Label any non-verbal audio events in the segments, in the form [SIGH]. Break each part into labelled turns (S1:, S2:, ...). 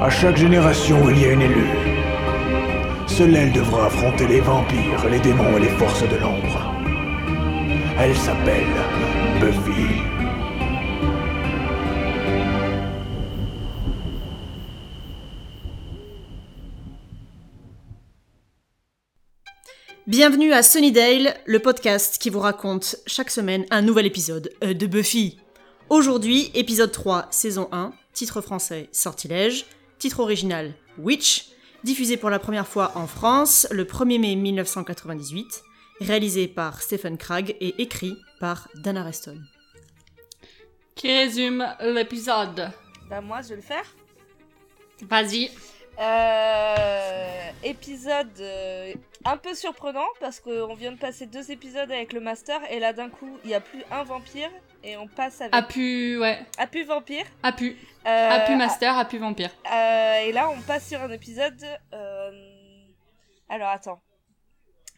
S1: À chaque génération, il y a une élue. Seule elle devra affronter les vampires, les démons et les forces de l'ombre. Elle s'appelle Buffy.
S2: Bienvenue à Sunnydale, le podcast qui vous raconte chaque semaine un nouvel épisode euh, de Buffy. Aujourd'hui, épisode 3, saison 1, titre français Sortilège, titre original Witch, diffusé pour la première fois en France le 1er mai 1998, réalisé par Stephen Cragg et écrit par Dana Reston.
S3: Qui résume l'épisode
S4: Bah moi je vais le faire.
S3: Vas-y.
S4: Euh, épisode euh, un peu surprenant parce qu'on vient de passer deux épisodes avec le master et là d'un coup il n'y a plus un vampire et on passe avec
S3: A pu, ouais.
S4: à plus vampire.
S3: A pu.
S4: Euh,
S3: A pu Ah, master, a pu vampire.
S4: à- euh, et là on passe sur un épisode... euh, Alors attends.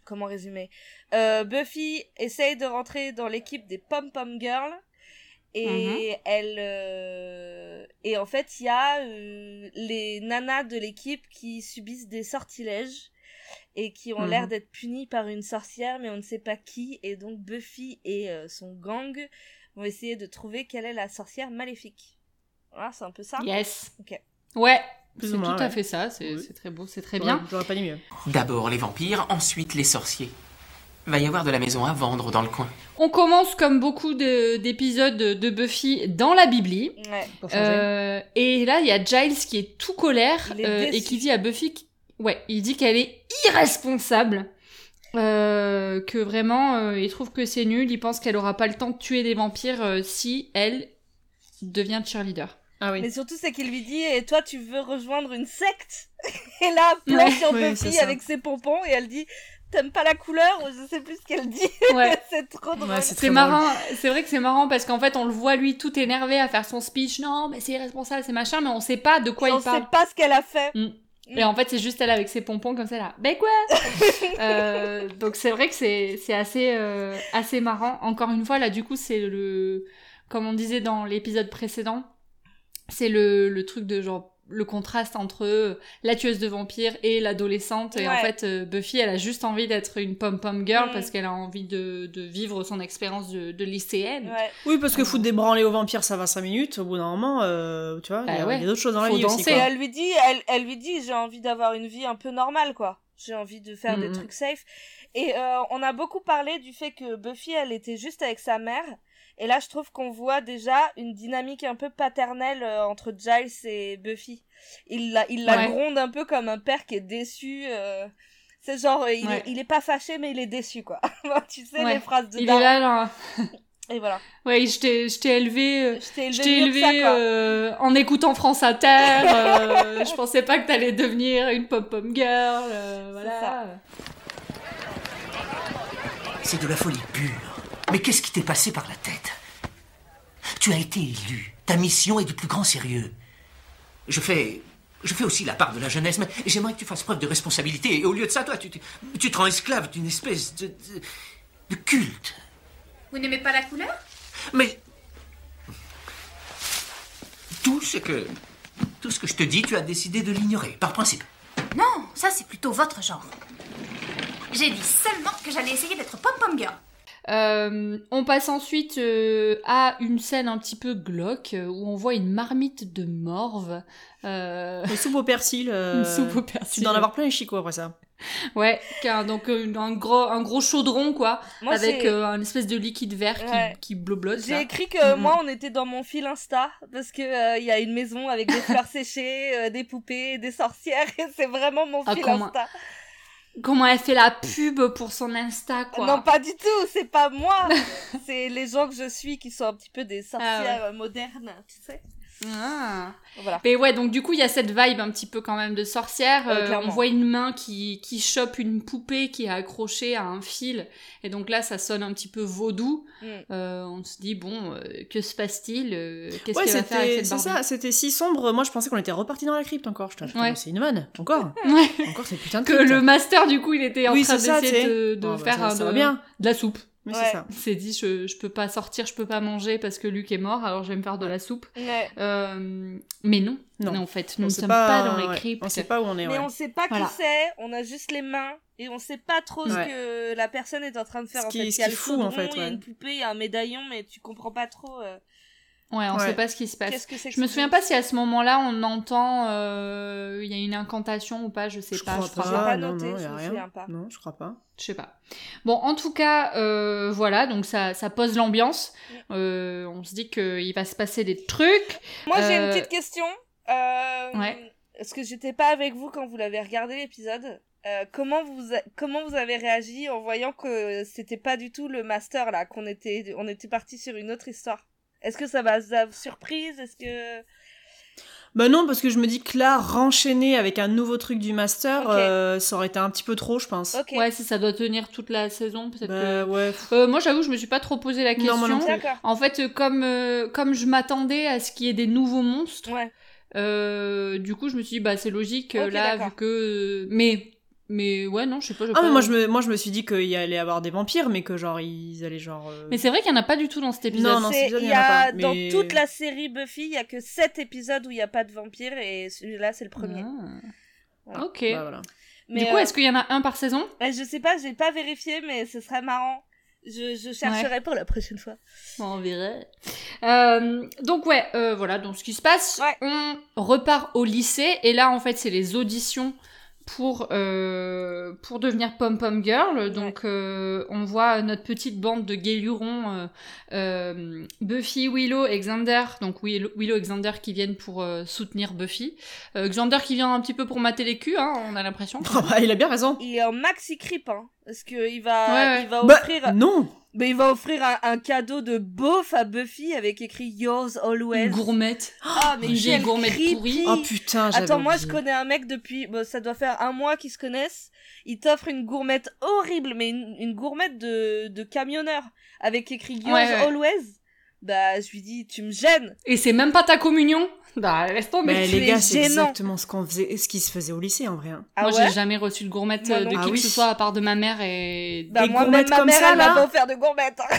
S4: Comment résumer Euh, Buffy essaye de rentrer dans l'équipe des Pom Pom Girls. Et elle euh, et en fait il y a euh, les nanas de l'équipe qui subissent des sortilèges et qui ont
S2: Mhm.
S4: l'air d'être punies par une sorcière mais on ne sait pas qui et donc Buffy et euh, son gang vont essayer de trouver quelle est la sorcière maléfique. Voilà, c'est un peu ça.
S3: Yes.
S4: ah. Ok.
S3: Ouais.
S2: Plus
S3: C'est
S2: ou
S3: tout
S2: moins,
S3: à
S2: ouais.
S3: fait ça, c'est
S2: Oui.
S3: c'est très beau, c'est très bien.
S2: Ouais, J'aurais pas dit mieux.
S5: D'abord les vampires, ensuite les sorciers. Va y avoir de la maison à vendre dans le coin.
S3: On commence comme beaucoup de- d'épisodes de, Buffy dans la Bibli.
S4: Ouais.
S2: Pour changer.
S3: Euh, et là, il y a Giles qui est tout colère
S4: Il est
S3: euh, et
S4: déçu.
S3: qui dit à Buffy, qu- ouais, il dit qu'elle est irresponsable, euh, que vraiment, euh, il trouve que c'est nul, il pense qu'elle aura pas le temps de tuer des vampires euh, si elle devient cheerleader.
S2: Ah oui.
S4: Mais surtout c'est qu'il lui dit et toi tu veux rejoindre une secte et là plan
S3: Ouais,
S4: sur
S2: ouais, c'est
S4: Buffy
S2: ça.
S4: avec ses pompons et elle dit t'aimes pas la couleur ou je sais plus ce qu'elle dit. [LAUGHS]
S3: Ouais.
S4: c'est trop drôle.
S2: Ouais, [LAUGHS] c'est très
S3: C'est marrant, c'est vrai que c'est marrant parce qu'en fait on le voit lui tout énervé à faire son speech, non mais c'est irresponsable, c'est machin, mais on sait pas de quoi
S4: on
S3: il parle.
S4: sait pas ce qu'elle a fait.
S3: Et en fait, c'est juste elle avec ses pompons comme ça là. Ben
S4: [LAUGHS]
S3: quoi Euh, Donc c'est vrai que c'est c'est assez euh, assez marrant. Encore une fois là, du coup, c'est le comme on disait dans l'épisode précédent, c'est le le truc de genre le contraste entre euh, la tueuse de vampires et l'adolescente. Et en
S4: Ouais.
S3: fait, euh, Buffy, elle a juste envie d'être une pom-pom girl
S4: Mm.
S3: parce qu'elle a envie de, de vivre son expérience de, de lycéenne.
S4: Ouais.
S2: Oui, parce que foutre des branlées aux vampires, ça va 5 minutes. Au bout d'un moment, euh, tu vois, il y a-
S3: Bah
S2: il
S3: ouais.
S2: y a d'autres choses dans la
S3: Faut
S2: vie aussi.
S3: danser.
S4: Et
S2: quoi.
S4: elle lui dit, elle, elle lui dit, j'ai envie d'avoir une vie un peu normale, quoi. J'ai envie de faire des
S2: Mhm.
S4: trucs safe. Et euh, on a beaucoup parlé du fait que Buffy, elle était juste avec sa mère. Et là, je trouve qu'on voit déjà une dynamique un peu paternelle euh, entre Giles et Buffy. Il la, il la
S3: Ouais.
S4: gronde un peu comme un père qui est déçu. euh, C'est genre, euh, il,
S3: Ouais.
S4: est, il est pas fâché, mais il est déçu, quoi. [LAUGHS] tu sais,
S3: Ouais.
S4: les phrases de
S3: Il
S4: daron.
S3: est là, genre,
S4: Et voilà.
S3: ouais, je t'ai je t'ai élevé. euh,
S4: Je t'ai
S3: Je
S4: élevé,
S3: t'ai
S4: mieux que ça,
S3: élevé
S4: quoi.
S3: euh, en écoutant France Inter. euh, je pensais pas que t'allais devenir une pop-pom girl. euh, voilà.
S4: C'est ça.
S5: C'est de la folie pure. Mais qu'est-ce qui t'est passé par la tête Tu as été élu. Ta mission est du plus grand sérieux. Je fais. Je fais aussi la part de la jeunesse, mais j'aimerais que tu fasses preuve de responsabilité. Et au lieu de ça, toi, tu, tu, tu te rends esclave d'une espèce de- de, de culte.
S6: Vous n'aimez pas la couleur
S5: Mais tout ce que tout ce que je te dis, tu as décidé de l'ignorer par principe.
S6: Non, ça c'est plutôt votre genre. J'ai dit seulement que j'allais essayer d'être pom-pom girl.
S3: Euh, on passe ensuite euh, à une scène un petit peu glauque euh, où on voit une marmite de morve. euh,
S2: Une soupe au persil. euh,
S3: une soupe au
S2: Tu
S3: persil.
S2: dois en avoir plein les chicots après ça.
S3: Ouais, qu'un- donc euh, une- un gros, un gros chaudron quoi,
S4: Moi,
S3: avec
S4: j'ai-
S3: euh, un espèce de liquide vert qui,
S4: Ouais.
S3: qui bloblote.
S4: J'ai
S3: là.
S4: écrit que
S2: Mhm.
S4: moi on était dans mon fil Insta parce que euh, il y a une maison avec des fleurs séchées, euh, des poupées, des sorcières et c'est vraiment mon
S3: Ah,
S4: fil
S3: comment-
S4: Insta.
S3: Comment elle fait la pub pour son Insta quoi.
S4: Non pas du tout, c'est pas moi, c'est les gens que je suis qui sont un petit peu des sorcières euh, modernes, tu sais.
S3: Ah.
S4: Voilà.
S3: Mais ouais, donc du coup, il y a cette vibe un petit peu quand même de sorcière.
S4: Euh,
S3: Euh, on
S4: clairement.
S3: voit une main qui, qui chope une poupée qui est accrochée à un fil. Et donc là, ça sonne un petit peu vaudou.
S4: Mm.
S3: Euh, on se dit, bon, euh, que se passe-t-il Euh, Qu'est-ce
S2: Ouais,
S3: qu'elle va faire avec
S2: c'était
S3: cette
S2: c'est
S3: barbie
S2: ça, c'était si sombre. Moi, je pensais qu'on était reparti dans la crypte encore. Je te
S3: Ouais.
S2: c'est une vanne. Encore,
S3: Ouais.
S2: encore cette putain de
S3: [LAUGHS] Que
S2: crypte.
S3: le master, du coup, il était en
S2: Oui,
S3: train
S2: c'est ça,
S3: d'essayer
S2: tu sais.
S3: de, de
S2: Bon, bah,
S3: faire
S2: ça,
S3: un,
S2: ça
S3: de,
S2: va bien.
S3: de la soupe.
S2: Mais
S4: Ouais.
S2: c'est ça.
S3: Il s'est dit je, je peux pas sortir, je peux pas manger parce que Luc est mort, alors je vais me faire de la soupe.
S4: Ouais.
S3: Euh, mais non,
S2: Non.
S3: non, en fait, nous
S2: On
S3: ne
S2: sait
S3: sommes pas,
S2: euh,
S3: dans les
S2: ouais,
S3: cryptes.
S2: On sait pas où on est.
S4: Mais
S2: ouais.
S4: on sait pas qui
S3: Voilà.
S4: c'est, on a juste les mains et on sait pas trop
S2: Ouais.
S4: ce que la personne est en train de faire
S2: Ce
S4: en
S2: qui-
S4: fait.
S2: ce
S4: Il y a
S2: qui
S4: le
S2: fout, en
S4: chaudron,
S2: fait,
S4: il y a
S2: ouais.
S4: une poupée, il y a un médaillon, mais tu comprends pas trop euh,
S3: Ouais, on
S2: Ouais.
S3: sait pas ce qui se passe.
S4: qu'est-ce que c'est. que
S3: Je me
S4: ce
S3: souviens
S4: truc.
S3: pas si à ce moment-là on entend euh, il y a une incantation ou pas, je sais
S2: Je
S3: pas.
S2: crois
S3: je crois
S2: pas.
S4: J'ai pas
S2: Ah, non,
S4: noté,
S2: non, y
S4: je
S2: a
S4: me
S2: rien.
S4: souviens pas.
S2: Non, je crois pas.
S3: Je sais pas. Bon, en tout cas, euh, voilà, donc ça, ça pose l'ambiance. Euh, on se dit qu'il va se passer des trucs.
S4: Moi j'ai une
S3: Euh,
S4: petite question. Euh,
S3: Ouais.
S4: Parce que j'étais pas avec vous quand vous l'avez regardé l'épisode. Euh, comment vous a- comment vous avez réagi en voyant que c'était pas du tout le master là qu'on était on était parti sur une autre histoire. Est-ce que ça m'a surprise Est-ce que
S2: Bah non, parce que je me dis que là, renchaîner avec un nouveau truc du master,
S4: Ok.
S2: euh, ça aurait été un petit peu trop, je pense.
S4: ok
S3: Ouais, si ça doit tenir toute la saison, peut-être
S2: Bah ouais.
S3: que. Euh, moi, j'avoue, je me suis pas trop posé la question.
S2: Non, moi non plus.
S4: d'accord
S3: en fait, euh, comme, euh, comme je m'attendais à ce qu'il y ait des nouveaux monstres,
S4: ouais
S3: euh, du coup, je me suis dit, bah, c'est logique, euh,
S4: Ok,
S3: là,
S4: d'accord.
S3: vu que. euh, Mais. Mais ouais, non, je sais pas. j'ai
S2: Ah
S3: pas-
S2: mais moi je me, moi je me suis dit qu'il y allait avoir des vampires, mais que genre ils allaient genre. euh,
S3: Mais c'est vrai qu'il y en a pas du tout dans cet épisode.
S2: non,
S4: C'est-
S2: c'est bien,
S4: il
S2: il
S4: y
S2: y en a
S4: a
S2: pas,
S4: dans
S2: mais-
S4: toute la série Buffy il y a que 7 épisodes où il y a pas de vampire et celui-là c'est le premier
S3: Ah. Ok.
S2: bah, voilà. [LAUGHS]
S4: mais
S3: du coup,
S4: euh,
S3: est-ce qu'il y en a un par saison
S4: ouais, je sais pas j'ai pas vérifié mais ce serait marrant je, je chercherai pour la prochaine fois
S3: On verra. donc ouais, euh, voilà, donc ce qui se passe,
S4: Ouais.
S3: on repart au lycée et là en fait c'est les auditions pour euh, pour devenir pom pom girl. Donc euh, on voit notre petite bande de guélurons euh, euh, Buffy, Willow et Xander. Donc Will- Willow et Xander qui viennent pour euh, soutenir Buffy. Euh, Xander qui vient un petit peu pour mater les culs, hein, on a l'impression.
S2: Ah bah, il a bien raison.
S4: il est en maxi creep hein, parce que il va
S3: Ouais, ouais.
S4: il va
S2: Bah
S4: offrir
S2: non.
S4: mais il va offrir un, un cadeau de beauf à Buffy avec écrit yours always
S3: Gourmette.
S4: ah mais
S3: Une vieille
S4: quel
S3: gourmette
S4: creepy.
S3: pourrie.
S2: Oh putain. j'avais
S4: Attends, moi je
S2: oublié.
S4: connais un mec depuis, bon, ça doit faire un mois qu'ils se connaissent. Il t'offre une gourmette horrible, mais une, une gourmette de, de camionneur avec écrit Yours
S3: Ouais, ouais.
S4: Always. Bah, je lui dis, tu me gênes.
S3: Et c'est même pas ta communion. Bah, laisse tomber.
S2: Mais
S4: Oh, tu
S2: les
S4: es
S2: gars, c'est
S4: gênant.
S2: exactement ce qu'on faisait, ce qui se faisait au lycée en vrai. hein.
S4: Ah
S3: moi,
S4: ouais
S3: j'ai jamais reçu de gourmette
S4: Moi
S3: euh,
S4: non
S3: de qui
S2: plus. Ah
S3: que
S2: oui.
S3: ce soit à part de ma mère et.
S4: Bah,
S2: des
S4: moi, même
S2: gourmettes
S4: ma
S2: comme
S4: mère,
S2: ça,
S4: elle m'a
S2: là
S4: pas offert de gourmette. [LAUGHS] hein.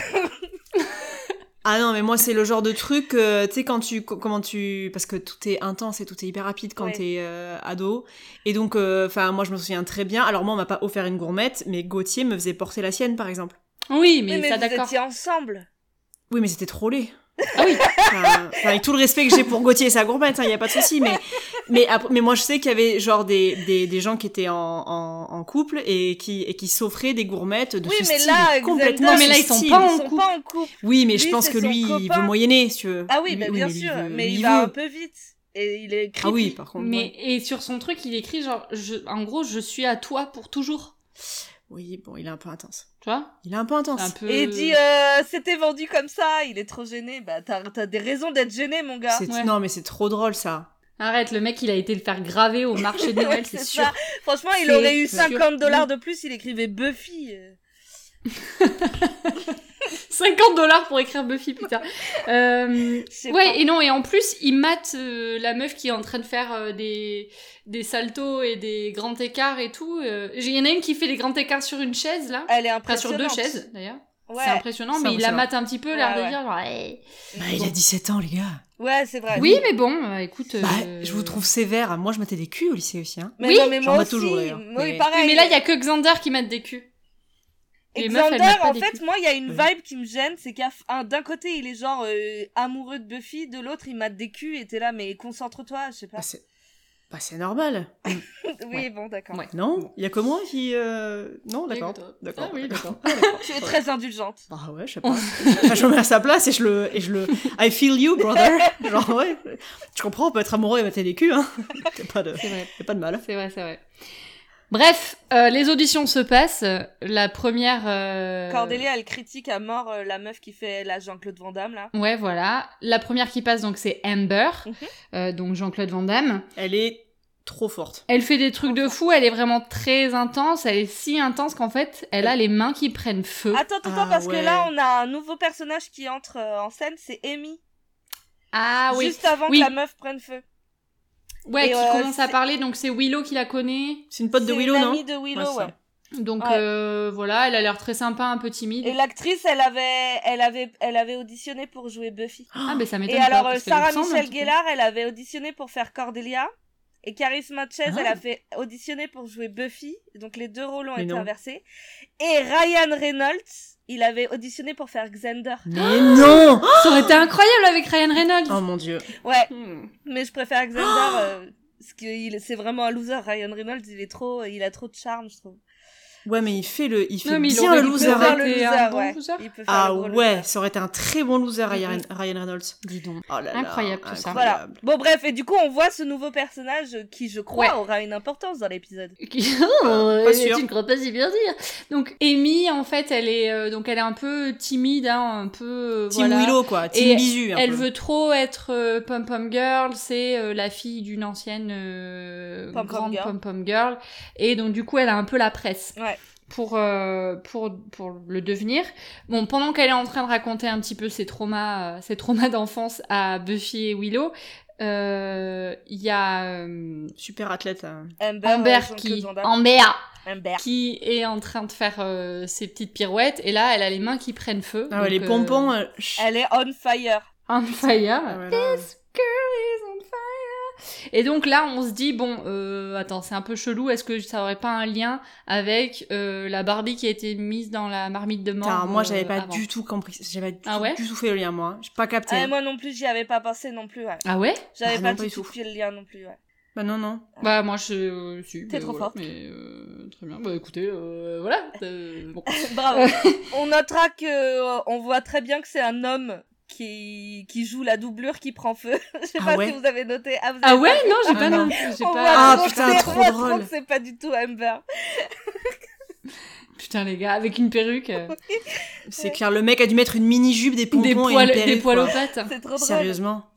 S2: Ah non, mais moi c'est le genre de truc, euh, tu sais quand tu, co- comment tu, parce que tout est intense et tout est hyper rapide quand
S4: Ouais.
S2: t'es euh, ado. Et donc, euh, enfin, moi je me souviens très bien. Alors moi on m'a pas offert une gourmette, mais Gauthier me faisait porter la sienne par exemple.
S3: Oui, mais,
S4: Mais, mais
S3: ça
S4: vous
S3: d'accord.
S4: étiez ensemble.
S2: Oui, mais c'était trop laid.
S3: Ah oui.
S4: [LAUGHS]
S2: Enfin, enfin, avec tout le respect que j'ai pour Gauthier et sa gourmette, il n'y a pas de souci, mais, mais, après- mais moi je sais qu'il y avait genre des, des, des gens qui étaient en, en, en couple et qui, et qui s'offraient des gourmettes de
S4: Oui,
S2: ce
S4: mais
S2: style,
S4: là, Xander-
S2: complètement
S4: Non,
S2: ce
S3: mais là, ils sont
S2: style.
S3: pas
S4: Ils
S3: en
S4: sont
S3: couple.
S4: pas en couple.
S2: Oui, mais je
S4: Lui,
S2: pense
S4: c'est
S2: que
S4: son
S2: lui, il
S4: copain.
S2: veut moyenner, si tu veux.
S4: Ah oui,
S2: Lui-
S4: bah,
S2: oui,
S4: bien
S2: mais lui
S4: sûr.
S2: veut-
S4: mais
S2: lui
S4: il va
S2: veut.
S4: un peu vite. Et il est creepy.
S2: E. Ah oui, par contre.
S3: Mais
S2: ouais.
S3: et sur son truc, il écrit genre, je- en gros, je suis à toi pour toujours.
S2: Oui, bon, il est un peu intense.
S3: Tu vois
S2: Il est un peu intense.
S3: Un peu.
S4: Et il dit, euh, c'était vendu comme ça, il est trop gêné. Bah, t'as t'as des raisons d'être gêné, mon gars.
S2: C'est-
S3: Ouais.
S2: Non, mais c'est trop drôle ça.
S3: Arrête, le mec, il a été le faire graver au marché
S4: [LAUGHS]
S3: de
S4: Ouais,
S3: Noël, c'est
S4: c'est
S3: sûr.
S4: ça. Franchement, il
S3: C'est
S4: aurait eu
S3: sûr.
S4: 50 dollars de plus, il écrivait Buffy. euh.
S3: 50 dollars pour écrire Buffy,
S4: [LAUGHS]
S3: putain. Euh,
S4: Je sais pas.
S3: Ouais, et non, et en plus, il mate euh, la meuf qui est en train de faire euh, des, des saltos et des grands écarts et tout. euh. Il y en a une qui fait des grands écarts sur une chaise, là.
S4: Elle est
S3: Enfin, sur
S4: impressionnante.
S3: deux chaises, d'ailleurs.
S4: Ouais,
S3: C'est impressionnant,
S2: C'est
S3: mais il la
S2: impressionnant.
S3: mate un petit peu, l'air
S4: Ouais,
S3: de
S4: ouais.
S3: dire genre, hey.
S2: Bah, il a 17 ans, les gars.
S4: ouais c'est vrai.
S3: Oui, mais bon, euh, écoute.
S2: Bah,
S3: euh,
S2: je vous trouve sévère. Moi, je mettais des culs au lycée aussi. Hein.
S4: mais
S3: oui,
S4: non, mais
S2: j'en
S4: moi
S2: vois
S4: aussi.
S2: toujours, d'ailleurs.
S4: oui,
S2: Mais-
S4: pareil.
S3: Oui, mais là, il y a que Xander qui mate des culs.
S4: Et
S3: les meufs,
S4: Xander,
S3: elles mettent pas
S4: en
S3: des
S4: fait,
S3: culs.
S4: moi, il y a une
S2: Ouais.
S4: vibe qui me gêne, c'est qu'à f- un- d'un côté, il est genre euh, amoureux de Buffy, de l'autre, il mate des culs, et t'es là, mais concentre-toi, je sais pas.
S2: Bah, c'est bah, c'est normal.
S4: [LAUGHS] oui, bon, d'accord.
S3: Ouais.
S2: Non Il y a que moi qui. euh, Non, d'accord.
S3: D'accord.
S2: D'accord.
S3: Ah oui, d'accord.
S4: Tu es très indulgente.
S2: Bah ouais, je sais pas. Enfin, je me mets à sa place et je le. Et je le... I feel you, brother. Genre, ouais. Je comprends, on peut être amoureux et mater des culs. Hein. [LAUGHS] Y a pas de...
S3: C'est vrai.
S2: y a pas de mal.
S3: C'est vrai, c'est vrai. Bref, euh, les auditions se passent. La première. euh,
S4: Cordelia, elle critique à mort euh, la meuf qui fait la Jean-Claude Van Damme, là.
S3: Ouais, voilà. La première qui passe, donc, c'est Amber,
S4: Mhm.
S3: euh, donc Jean-Claude Van Damme.
S2: Elle est trop forte.
S3: Elle fait des trucs de fou, elle est vraiment très intense, elle est si intense qu'en fait, elle a les mains qui prennent feu.
S4: Attends, attends,
S2: Ah,
S4: parce que
S2: ouais.
S4: là, on a un nouveau personnage qui entre euh, en scène, c'est Amy.
S3: Ah oui,
S4: Juste avant
S3: Oui.
S4: que la meuf prenne feu.
S3: ouais,
S4: et,
S3: qui
S4: euh,
S3: commence à
S4: c'est-
S3: parler, donc c'est Willow qui la connaît.
S2: C'est une pote de
S4: C'est
S2: Willow,
S4: une
S2: non
S4: amie de Willow,
S2: Ouais, c'est ça.
S4: ouais.
S3: Donc
S4: Ouais.
S3: euh, voilà, elle a l'air très sympa, un peu timide.
S4: Et l'actrice, elle avait, elle avait, elle avait auditionné pour jouer Buffy.
S3: Ah, mais ça m'étonne
S4: Et
S3: pas,
S4: alors,
S3: parce
S4: euh,
S3: qu'elle
S4: Sarah
S3: ressemble un
S4: Michelle
S3: petit peu.
S4: Gellar, elle avait auditionné pour faire Cordelia. Et Charisma Matches, elle a fait auditionner pour jouer Buffy. Donc, les deux rôles ont
S2: Ah. Mais
S4: été
S2: non.
S4: inversés. Et Ryan Reynolds, il avait auditionné pour faire Xander.
S2: Mais non
S3: Ça aurait été incroyable avec Ryan Reynolds.
S2: Oh mon dieu.
S4: Ouais,
S3: Hmm.
S4: mais je préfère
S2: Oh
S4: Xander. euh, parce que il- c'est vraiment un loser. Ryan Reynolds, il est trop, il a trop de charme, je trouve.
S2: Ouais, mais il fait le, il fait
S3: Non, mais il
S2: bien
S3: aurait
S2: le
S3: dû
S4: Il peut
S2: loser.
S4: faire le
S3: T'es
S4: loser,
S3: un bon
S4: ouais.
S3: loser
S4: Il peut faire
S2: Ah
S4: le gros
S2: ouais,
S4: loser.
S2: ça aurait été un très bon loser, Ryan,
S3: Mhm.
S2: Ryan Reynolds.
S3: Dis donc.
S2: Oh là là,
S3: Incroyable, tout ça.
S4: Voilà.
S2: incroyable.
S4: Bon, bref, et du coup, on voit ce nouveau personnage euh, qui, je crois,
S3: Ouais.
S4: aura une importance dans l'épisode.
S3: [LAUGHS] Qui- Oh,
S4: Ah,
S2: Euh, pas sûr.
S3: Tu ne crois pas si bien dire. Donc Amy, en fait, elle est euh, donc elle est un peu timide, hein, un peu euh,
S2: Team
S3: voilà.
S2: Willow, quoi. Team
S3: Et
S2: Bisu, un
S3: Elle
S2: peu.
S3: veut trop être euh, pom pom girl, c'est euh, la fille d'une ancienne euh,
S4: Pom Pom
S3: grande
S4: Girl.
S3: pom pom girl, et donc du coup elle a un peu la presse
S4: Ouais.
S3: pour euh, pour pour le devenir. Bon, pendant qu'elle est en train de raconter un petit peu ses traumas euh, ses traumas d'enfance à Buffy et Willow, euh, il y a euh,
S2: Super athlète. hein.
S4: Amber,
S3: Amber
S4: euh, Jean-Claude
S3: qui
S4: Van Damme.
S3: Amber
S4: Amber.
S3: qui est en train de faire euh, ses petites pirouettes et là elle a les mains qui prennent feu.
S2: Ah ouais,
S3: Donc,
S2: les
S3: euh,
S2: pompons. euh, chut.
S4: Elle est on fire.
S3: on fire.
S2: Ah ouais, là,
S3: is on fire. Et donc là, on se dit bon, euh, attends, c'est un peu chelou. Est-ce que ça aurait pas un lien avec euh, la Barbie qui a été mise dans la marmite de mort
S2: Putain, moi j'avais
S3: euh,
S2: pas
S3: avant
S2: du tout compris. J'avais du,
S3: Ah
S2: tout-
S3: ouais
S2: du tout fait le lien, moi. J'ai pas capté.
S4: Ah, et moi non plus, j'y avais pas pensé non plus. ouais.
S3: Ah ouais
S4: J'avais
S2: Ah,
S4: pas
S2: non, pas
S4: du
S2: du
S4: tout
S2: tout.
S4: fait le lien non plus. Ouais.
S3: [LAUGHS]
S2: Bah non, non.
S3: Bah moi je euh, si,
S4: T'es
S3: bah,
S4: trop
S3: voilà,
S4: forte.
S3: Mais euh, très bien. Bah écoutez, euh, [LAUGHS] voilà. euh, bon.
S4: Bravo. on notera que euh, on voit très bien que c'est un homme qui qui joue la doublure qui prend feu. [LAUGHS] Je sais
S2: Ah
S4: pas
S2: ouais.
S4: si vous avez noté. Ah, vous
S3: Ah
S4: avez
S3: ouais, non, j'ai
S2: Ah
S3: pas
S2: non.
S3: non plus, j'ai
S4: on voit
S3: pas.
S2: Ah,
S4: trop
S2: putain,
S4: clair,
S2: trop
S4: on voit
S2: drôle.
S4: que C'est pas du tout Amber. [LAUGHS]
S3: Putain les gars, avec une perruque, euh,
S2: C'est clair, le mec a dû mettre une mini-jupe, des pompons
S3: des
S2: et une
S3: poils, des
S2: perruque,
S3: poils aux
S2: quoi.
S3: pattes.
S4: C'est trop drôle.
S2: Sérieusement.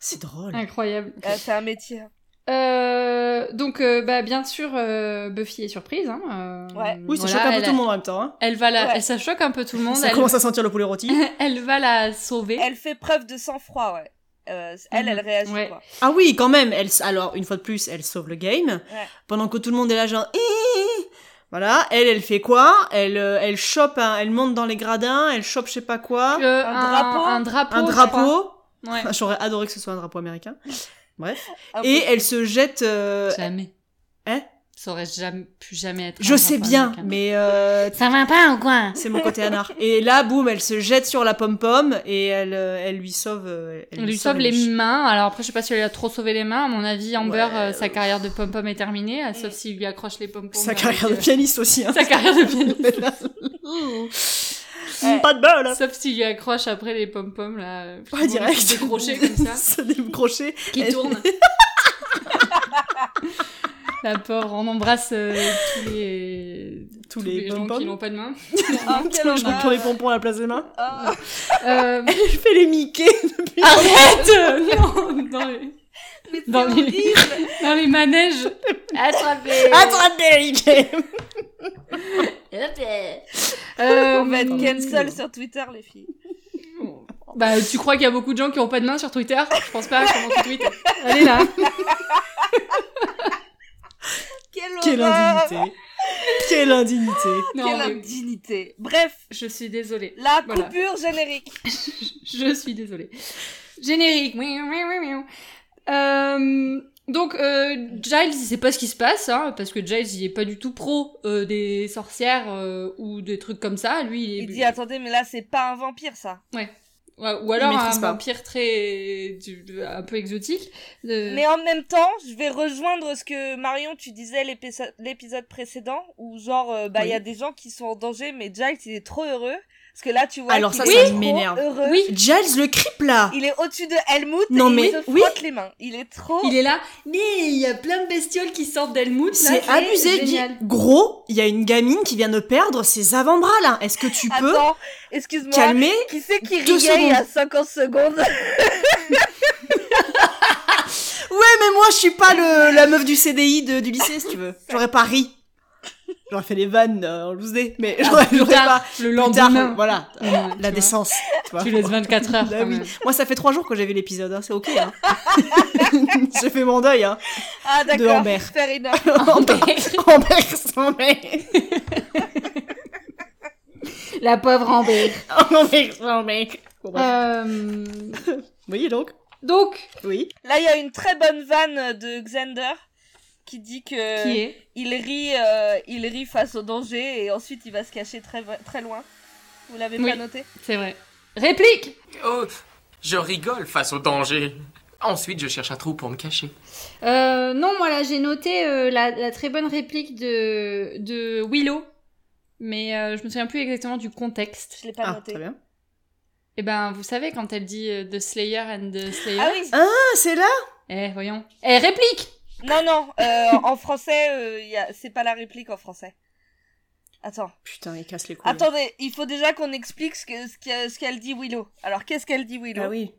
S2: C'est drôle.
S3: Incroyable.
S4: Ah, c'est un métier.
S3: Euh, donc, euh, bah, bien sûr, euh, Buffy est surprise. Hein, euh,
S4: Ouais.
S2: Oui, ça
S3: voilà,
S2: choque un peu
S3: elle
S2: tout le monde en même temps. hein.
S3: Elle va la...
S4: Ouais.
S3: elle- ça choque un peu tout le monde.
S2: Ça
S3: Elle...
S2: commence à sentir le poulet rôti. [LAUGHS]
S3: [LAUGHS] elle va la sauver.
S4: Elle fait preuve de sang-froid, ouais. Euh, elle, elle
S3: Mhm.
S4: réagit
S3: Ouais.
S4: quoi.
S2: Ah oui, quand même. Elle, s- alors, une fois de plus, elle sauve le game. Pendant que tout le monde est là, genre. Hi, hi, hi. Voilà, elle, elle fait quoi Elle, euh, elle chope, un- elle monte dans les gradins, elle chope je sais pas quoi,
S3: Euh,
S4: Un drapeau
S3: un drapeau.
S2: un
S3: je
S2: drapeau. Ah,
S3: crois. Ouais.
S2: J'aurais adoré que ce soit un drapeau américain. Bref.
S3: Ah,
S4: Un
S2: Et
S4: peu-
S2: elle se jette. euh,
S3: Jamais.
S2: Hein
S3: Ça aurait jamais pu jamais être.
S2: je
S3: un
S2: sais
S3: drapeau
S2: bien,
S3: américain.
S2: mais euh, [LAUGHS]
S3: Ça va pas ou quoi
S2: c'est mon côté anard. Et là, boum, elle se jette sur la pomme-pomme et elle, euh, elle lui sauve. euh,
S3: On lui sauve les mains. Alors après, je sais pas si elle a trop sauvé les mains. À mon avis, Amber,
S2: Ouais,
S3: euh, sa
S2: euh,
S3: carrière de pom-pom est terminée, euh, sauf
S4: Mm.
S3: s'il lui accroche les pom-pom.
S2: Sa
S3: avec,
S2: carrière de
S3: euh,
S2: pianiste aussi. Hein.
S3: [LAUGHS] Sa carrière de pianiste.
S4: Ouais.
S2: Pas de bol.
S3: Sauf s'il lui accroche après les pom-pom là. euh,
S2: Pas
S3: bon,
S2: direct.
S3: Des crochets comme
S2: [LAUGHS]
S3: ça.
S2: des crochets.
S3: qui tourne. [LAUGHS] La pauvre, on embrasse euh, tous les,
S2: Tous les
S3: gens qui n'ont
S2: pom-pom.
S3: pas de main.
S4: Ah, quel
S2: Je
S4: honneur.
S2: prends les pompons à la place des
S4: [LAUGHS]
S2: mains.
S4: Ah.
S3: Euh,
S2: Elle fait les Mickey depuis.
S3: arrête [LAUGHS] Non, dans les,
S2: [LAUGHS]
S4: Mais c'est
S3: Dans les-
S4: horrible. Euh,
S3: dans les manèges. Attrapez
S2: Attrapez Mickey
S3: euh,
S4: On va être cancel sur Twitter, les filles.
S3: Bah, tu crois qu'il y a beaucoup de gens qui ont pas de main sur Twitter Je pense pas, comment tu tweets Allez là
S4: Quelle,
S2: Quelle
S4: horreur.
S2: indignité Quelle indignité
S3: Non,
S4: Quelle
S3: mais
S4: indignité. Bref,
S3: je suis désolée.
S4: la
S3: Voilà.
S4: coupure générique.
S3: Je suis désolée. Générique. Miaou, miaou, miaou, miaou. Euh, donc euh, Giles, il sait pas ce qui se passe, hein, parce que Giles, il est pas du tout pro euh, des sorcières euh, ou des trucs comme ça. Lui, il est.
S4: Il dit attendez, mais là c'est pas un vampire ça.
S3: Ouais, ou alors
S2: Il
S3: un
S2: maîtrise pas.
S3: vampire très du- de- un peu exotique. Euh,
S4: Mais en même temps, je vais rejoindre ce que Marion tu disais l'épiso- l'épisode précédent où genre euh, bah il y a des gens qui sont en danger mais Giles il est trop heureux parce que là tu vois
S2: Alors
S4: qu'il
S2: ça, ça
S4: est trop
S2: m'énerve.
S4: Heureux.
S3: Oui,
S2: Giles le cripe là
S4: Il est au-dessus de Helmut
S2: Non,
S4: et
S2: mais-
S4: il se
S2: oui.
S4: frotte les mains. Il est trop
S3: il est là. oh, Mais il y a plein de bestioles qui sortent d'Helmut. là,
S2: C'est abusé Dis-
S3: génial.
S2: Gros, il y a une gamine qui vient de perdre ses avant-bras là Est-ce que tu peux
S4: Attends, excuse-moi.
S2: calmer
S4: Qui c'est qui
S2: Deux
S4: riait il y a 50
S2: [LAUGHS]
S4: secondes
S2: Ouais mais moi je suis pas le, la meuf du CDI de- du lycée si tu veux. J'aurais pas ri. J'aurais fait les vannes euh, en loose day, mais j'aurais, j'aurais
S3: Plus tard,
S2: pas...
S3: le
S2: plus tard,
S3: lendemain.
S2: voilà,
S3: Ouais, tu vois.
S2: la décence. vois.
S3: Tu laisses 24 heures.
S2: [LAUGHS] Bah
S3: quand
S2: oui.
S3: même.
S2: Moi, ça fait trois jours que j'ai vu l'épisode, hein, c'est ok.
S4: [LAUGHS]
S2: Hein. J'ai fait mon deuil. Hein.
S4: Ah,
S2: De
S4: d'accord.
S2: Amber.
S4: Fair
S2: [LAUGHS]
S3: [LAUGHS]
S4: enough.
S2: Amber, Amber s'en met.
S3: La pauvre Amber.
S2: Amber s'en met. Bon, bref.
S3: Euh,
S2: Oui, donc
S3: donc,
S2: Oui.
S4: Là, il y a une très bonne vanne de Xander qui dit que
S3: qui est
S4: il rit, euh, il rit face au danger et ensuite il va se cacher très, très loin. Vous l'avez
S3: Oui.
S4: pas noté
S3: C'est vrai. Réplique
S5: Oh, je rigole face au danger. Ensuite, je cherche un trou pour me cacher.
S3: Euh, Non, moi là, j'ai noté euh, la, la très bonne réplique de, de Willow. Mais euh, je me souviens plus exactement du contexte.
S4: Je l'ai pas
S2: ah,
S4: noté.
S2: très bien.
S3: Eh ben, vous savez, quand elle dit euh, The Slayer and the Slayer.
S4: Ah oui
S2: Ah, c'est là
S3: Eh, voyons. Eh, réplique
S4: Non, non, euh, en français, euh, il y a... c'est pas la réplique en français. Attends.
S2: Putain, il casse les couilles.
S4: Attendez, il faut déjà qu'on explique ce que- ce que- ce qu'elle dit Willow. Alors, qu'est-ce qu'elle dit Willow
S2: Ah oui.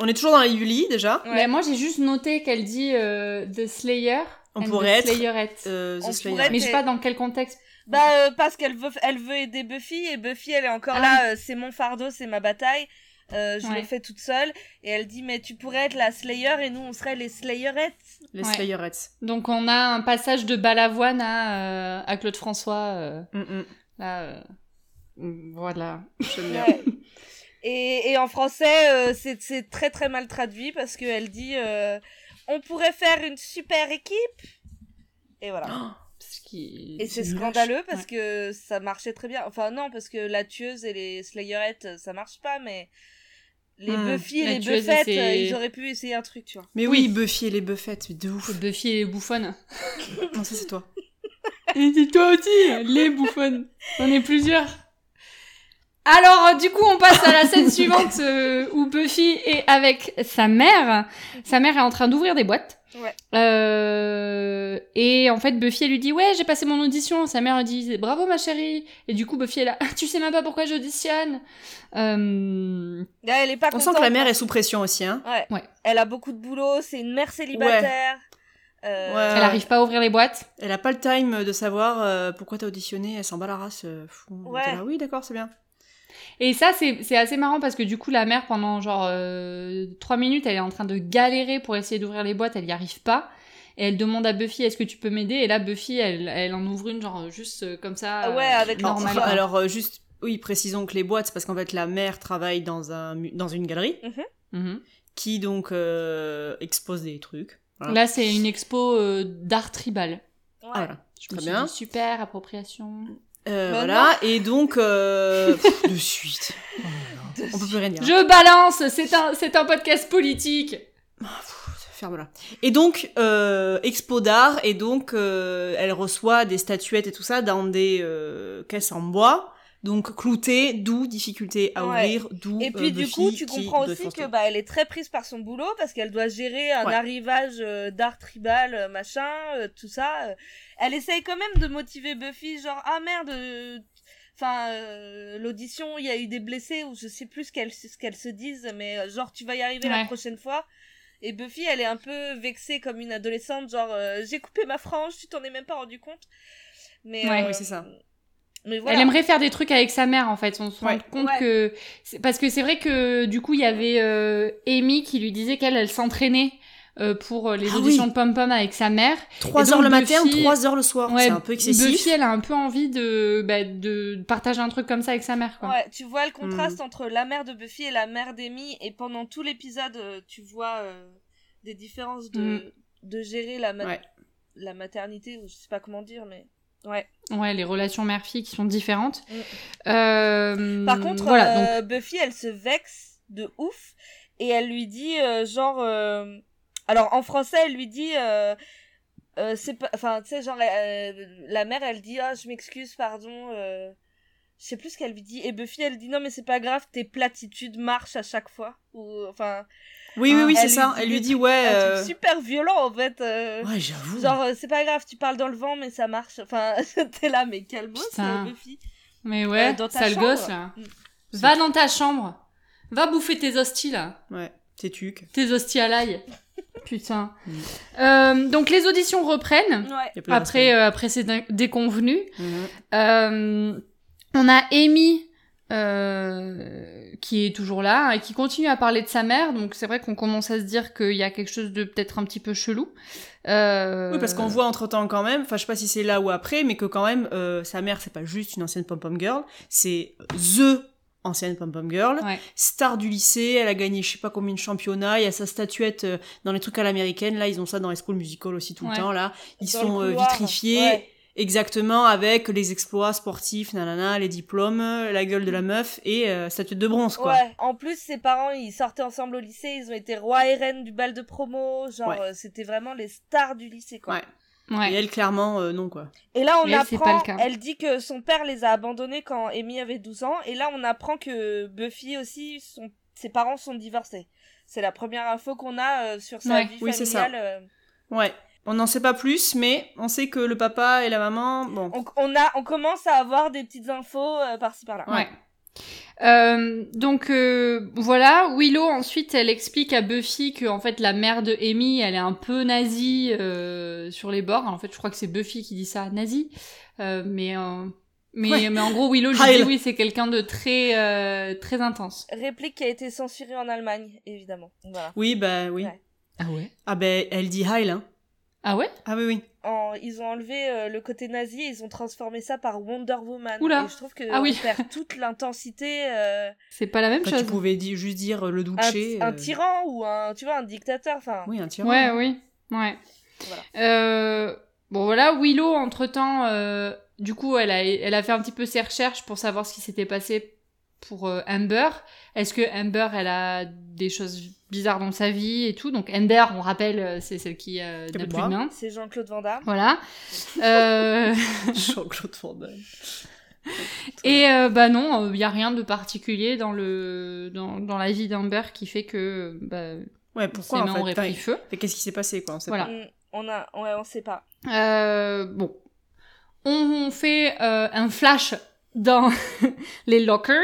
S2: On est toujours dans la Yuli, déjà.
S4: Ouais.
S3: Mais moi, j'ai juste noté qu'elle dit euh, The Slayer.
S2: On
S3: and
S2: pourrait
S3: the
S2: être,
S3: Slayerette.
S2: Euh,
S4: On
S2: The Slayer.
S4: pourrait-
S3: Mais je sais pas dans quel contexte.
S4: Bah euh, parce qu'elle veut, elle veut aider Buffy et Buffy elle est encore
S3: Ah
S4: là. euh, c'est mon fardeau, c'est ma bataille. euh, je
S3: Ouais.
S4: l'ai fait toute seule et elle dit mais tu pourrais être la Slayer et nous on serait les Slayerettes.
S2: Les
S3: Ouais.
S2: Slayerettes.
S3: Donc on a un passage de Balavoine à, euh, à Claude François. euh,
S2: Mm, mm.
S3: là, euh, mm, voilà.
S2: J'aime bien.
S4: Ouais. et, et en français euh, c'est c'est très très mal traduit parce que elle dit euh, on pourrait faire une super équipe et voilà.
S3: Ce qui-
S4: Et c'est
S3: lâche.
S4: scandaleux parce que ça marchait très bien. Enfin non, parce que la tueuse et les slayerettes, ça marche pas, mais les
S2: Hmm.
S4: Buffy et
S3: La
S4: les
S3: tueuse,
S4: Buffettes,
S3: c'est-
S4: euh, ils auraient pu essayer un truc, tu vois.
S2: [GASPS] Mais oui, Buffy et les Buffettes, mais de ouf.
S4: [LAUGHS]
S3: Ouais. Buffy est bouffonne.
S2: Non, ça c'est toi.
S4: Ah,
S3: Et dis toi aussi, les bouffonnes. On est plusieurs. Alors, euh, du coup, on passe à la scène [LAUGHS] suivante euh, où Buffy est avec sa mère. Sa mère est en train d'ouvrir des boîtes.
S4: Ouais.
S3: Euh, et en fait, Buffy elle lui dit ouais, j'ai passé mon audition. Sa mère lui dit bravo ma chérie. Et du coup, Buffy est là. Ah, [LAUGHS] tu sais même pas pourquoi j'auditionne. Euh,
S4: Là, elle est pas
S2: On sent
S4: contente,
S2: que la mère
S4: hein.
S2: est sous pression aussi, hein.
S4: Ouais.
S3: Ouais.
S4: Elle a beaucoup de boulot, c'est une mère célibataire. Euh,
S2: Ouais.
S3: Elle arrive pas à ouvrir les boîtes.
S2: Elle a pas le time de savoir euh, pourquoi t'as auditionné, elle s'en bat la race. euh, fou. On
S4: Ouais.
S2: était là, oui, d'accord, c'est bien.
S3: Et ça, c'est c'est assez marrant parce que du coup, la mère pendant genre euh, trois minutes, elle est en train de galérer pour essayer d'ouvrir les boîtes. Elle y arrive pas. Et elle demande à Buffy est-ce que tu peux m'aider Et là, Buffy, elle, elle en ouvre une genre juste euh, comme ça.
S4: Ah
S3: euh,
S4: ouais, avec
S2: Non,
S3: normal.
S2: enfin, alors euh, juste, oui, précisons que les boîtes, c'est parce qu'en fait la mère travaille dans, un, mu- dans une galerie
S3: Mhm.
S2: qui donc euh, expose des trucs. Voilà.
S3: Là, c'est une expo euh, d'art tribal.
S4: Ouais.
S2: Ah, voilà.
S3: Je
S2: Très
S3: me suis
S2: bien.
S3: dit, super appropriation.
S2: Euh,
S4: Bah
S2: voilà, et donc
S4: [LAUGHS]
S2: euh, pff, de suite, Oh
S4: De-
S2: on peut plus rien dire.
S3: Je balance, c'est un, c'est un podcast politique.
S2: Ferme là. Et donc euh, expo d'art, et donc euh, elle reçoit des statuettes et tout ça dans des euh, caisses en bois. Donc cloutées, d'où difficulté à
S4: Ouais.
S2: ouvrir, d'où
S4: Et
S2: euh,
S4: puis du
S2: Buffy
S4: coup, tu
S2: qui
S4: comprends
S2: doit
S4: aussi
S2: être
S4: que bah elle est très prise par son boulot parce qu'elle doit gérer un
S2: Ouais.
S4: arrivage euh, d'art tribal, euh, machin, euh, tout ça. euh. Elle essaye quand même de motiver Buffy, genre ah merde, euh, enfin euh, l'audition, il y a eu des blessés ou je sais plus ce qu'elles ce qu'elles se disent, mais euh, genre tu vas y arriver la
S3: Ouais.
S4: prochaine fois. Et Buffy, elle est un peu vexée comme une adolescente, genre euh, j'ai coupé ma frange, tu t'en es même pas rendu compte. Mais
S3: Ouais,
S4: euh,
S2: oui, c'est ça.
S4: Mais voilà.
S3: Elle aimerait faire des trucs avec sa mère en fait. On se rend
S2: Ouais.
S3: compte
S4: Ouais.
S3: que c'est- parce que c'est vrai que du coup il y avait euh, Amy qui lui disait qu'elle elle s'entraînait euh, pour euh, les
S2: Ah
S3: auditions
S2: oui.
S3: de pom pom avec sa mère. Et
S2: 3
S3: donc,
S2: heures le
S3: Buffy-
S2: matin, 3 heures le
S4: Oh,
S2: soir.
S3: Ouais,
S2: c'est un peu excessif.
S3: Buffy elle a un peu envie de bah, de partager un truc comme ça avec sa mère quoi. Hmm.
S4: Ouais, tu vois le contraste entre la mère de Buffy et la mère d'Amy, et pendant tout l'épisode, euh, tu vois euh, des différences de,
S3: Mm.
S4: de gérer la, ma-
S2: Ouais.
S4: la maternité, ou je sais pas comment dire, mais. Ouais.
S3: Ouais, les relations mère-fille qui sont différentes.
S4: Ouais.
S3: Euh,
S4: Par contre,
S3: voilà donc
S4: euh, Buffy, elle se vexe de ouf, et elle lui dit, euh, genre. euh, Alors en français, elle lui dit. euh, euh, c'est pas enfin tu sais genre euh, la mère elle dit ah je m'excuse pardon euh, je sais plus ce qu'elle lui dit et Buffy elle dit non mais c'est pas grave tes platitudes marchent à chaque fois ou enfin
S2: Oui, oui, oui, c'est
S4: Elle lui
S2: ça.
S4: dit
S2: Hein, Elle lui
S4: des
S2: dit, ouais.
S4: un
S2: euh,
S4: truc super violent en fait. euh,
S2: Ouais, j'avoue.
S4: Genre, euh, c'est pas grave, tu parles dans le vent, mais ça marche. Enfin, [LAUGHS] t'es là, mais calme-toi,
S3: Putain.
S4: Buffy.
S3: mais ouais,
S4: euh, dans ta
S3: sale
S4: chambre.
S3: gosse là.
S4: Mm.
S3: Va dans ta chambre. Va bouffer tes hosties là.
S2: Ouais, c'est tuc.
S3: Tes hosties à
S4: [LAUGHS]
S3: l'ail. Putain.
S2: Mm.
S3: Euh, donc les auditions reprennent
S4: Ouais.
S2: Y a plus de
S3: après,
S2: respect.
S3: euh, après ces dé-
S4: euh,
S3: déconvenues.
S2: Mhm.
S3: Euh, on a Amy euh, qui est toujours là hein, et qui continue à parler de sa mère. Donc c'est vrai qu'on commence à se dire qu'il y a quelque chose de peut-être un petit peu chelou. Euh,
S2: Oui, parce qu'on voit entre temps quand même, enfin je sais pas si c'est là ou après, mais que quand même, euh, sa mère c'est pas juste une ancienne pom-pom girl, c'est THE ancienne pom-pom girl,
S3: Ouais.
S2: star du lycée, elle a gagné je sais pas combien de championnats, il y a sa statuette euh, dans les trucs à l'américaine, là ils ont ça dans les school musicals aussi tout
S3: Ouais.
S2: le temps, là ils
S4: Dans le
S2: sont euh,
S4: couloir,
S2: vitrifiés,
S4: ouais.
S2: exactement avec les exploits sportifs, nanana, les diplômes, euh, la gueule de la meuf et euh, statuette de bronze quoi.
S4: Ouais. En plus, ses parents, ils sortaient ensemble au lycée, ils ont été roi et reine du bal de promo, genre
S2: Ouais.
S4: euh, c'était vraiment les stars du lycée quoi.
S2: Ouais.
S3: ouais.
S2: Et elle clairement euh, non quoi.
S4: Et là, on
S3: Et elle, c'est
S4: apprend,
S3: pas le cas.
S4: elle dit que son père les a abandonnés quand Amy avait 12 ans, et là, on apprend que Buffy aussi, son- ses parents sont divorcés. C'est la première info qu'on a euh, sur sa
S3: Ouais,
S4: vie
S2: oui, c'est ça.
S4: familiale. euh.
S2: Ouais. On n'en sait pas plus, mais on sait que le papa et la maman, bon.
S4: On, on a, on commence à avoir des petites infos euh, par-ci par-là.
S3: Ouais. Euh, donc euh, voilà, Willow ensuite elle explique à Buffy que en fait la mère de Amy elle est un peu nazie euh, sur les bords. En fait je crois que c'est Buffy qui dit ça, nazie. Euh, mais euh, mais
S2: Ouais.
S3: mais en gros Willow je
S2: Heil.
S3: dis oui c'est quelqu'un de très euh, très intense.
S4: Réplique qui a été censurée en Allemagne, évidemment. Voilà.
S2: Oui, bah oui.
S4: Ouais.
S3: Ah ouais.
S2: Ah ben, elle dit Heil, hein.
S3: Ah ouais.
S2: Ah oui, oui.
S4: En- ils ont enlevé euh, le côté nazi et ils ont transformé ça par Wonder Woman.
S3: Oula.
S4: Et je trouve que
S3: Ah oui.
S4: on
S3: [LAUGHS]
S4: perd toute l'intensité. euh,
S3: C'est pas la même
S2: Enfin,
S3: chose.
S2: Bah, tu pouvais di- juste dire euh, le Duce.
S4: un, un
S2: euh,
S4: tyran ou un, tu vois, un dictateur. Enfin,
S2: Oui, un tyran. [LAUGHS]
S3: Ouais, oui. Ouais.
S4: Voilà.
S3: Euh, bon, voilà, Willow, entre-temps, euh, du coup, elle a, elle a fait un petit peu ses recherches pour savoir ce qui s'était passé pour euh, Amber. Est-ce que Amber, elle a des choses bizarres dans sa vie et tout Donc, Amber, on rappelle, euh, c'est celle qui euh,
S2: Qui a plus de
S3: n'a plus de
S2: bras.
S3: main.
S4: c'est Jean-Claude Van Damme.
S3: Voilà. Euh,
S2: Jean-Claude Van Damme.
S3: et euh, bah non, il n'y a rien de particulier dans, le, dans, dans la vie d'Amber qui fait que bah,
S2: Ouais, pourquoi
S3: ses
S2: en
S3: mains
S2: fait
S3: auraient
S2: Enfin,
S3: pris feu.
S2: fait, Qu'est-ce qui s'est passé, quoi on sait
S3: Voilà.
S2: pas.
S4: Mm, On a, ouais, on sait pas.
S3: Euh, bon. On, on fait euh, un flash dans [LAUGHS] les lockers.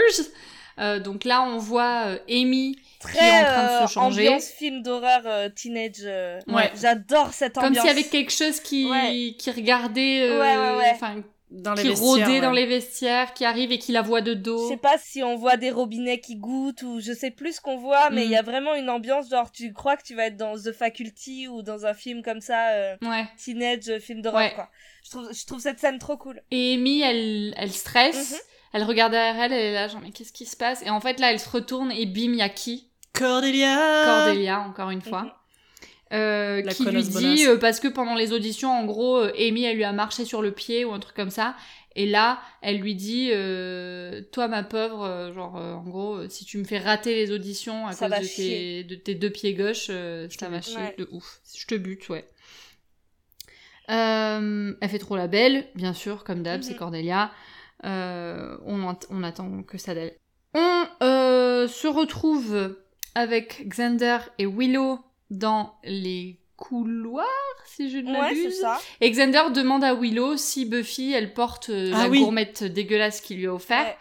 S3: Euh, donc là, on voit euh, Amy qui est en train de se
S4: euh,
S3: changer.
S4: ambiance film d'horreur euh, teenage. euh,
S3: Ouais.
S4: J'adore cette
S3: Comme
S4: ambiance.
S3: s'il y avait quelque chose qui,
S4: Ouais.
S3: qui regardait, euh,
S4: Ouais, ouais, ouais.
S3: enfin,
S2: Dans les
S3: qui
S2: vestiaires,
S3: rôdait
S2: ouais.
S3: dans les vestiaires, qui arrive et qui la voit de
S4: Je
S3: dos.
S4: sais pas si on voit des robinets qui goûtent ou je sais plus ce qu'on voit, mais
S3: Mm.
S4: il y a vraiment une ambiance genre tu crois que tu vas être dans The Faculty ou dans un film comme ça, euh,
S3: Ouais.
S4: teenage euh, film d'horreur
S3: Ouais.
S4: quoi. Je trouve, je trouve cette scène trop cool.
S3: Et Amy, elle, elle stresse.
S4: Mhm.
S3: Elle regarde derrière elle, elle est là, genre, mais qu'est-ce qui se passe Et en fait, là, elle se retourne et bim, il y a qui
S2: Cordelia
S3: Cordelia, encore une fois.
S4: Mhm.
S3: euh,
S2: La
S3: qui lui
S2: connasse
S3: dit
S2: bonasse.
S3: euh, parce que pendant les auditions en gros euh, Amy elle lui a marché sur le pied ou un truc comme ça et là elle lui dit euh, toi ma pauvre euh, genre euh, en gros euh, si tu me fais rater les auditions à
S4: Ça
S3: cause
S4: va
S3: de tes,
S4: chier.
S3: de tes deux pieds gauches euh, ça va chier
S4: Ouais.
S3: de ouf je te bute ouais Euh, elle fait trop la belle bien sûr comme d'hab c'est
S4: Mhm.
S3: Cordelia Euh, on, ent- on attend que ça d'elle on euh, se retrouve avec Xander et Willow dans les couloirs, si je ne
S4: Ouais, c'est
S3: m'abuse.
S4: ça.
S3: et Xander demande à Willow si Buffy, elle porte euh,
S2: Ah
S3: la
S2: oui.
S3: gourmette dégueulasse qu'il lui a offert.
S4: Ouais.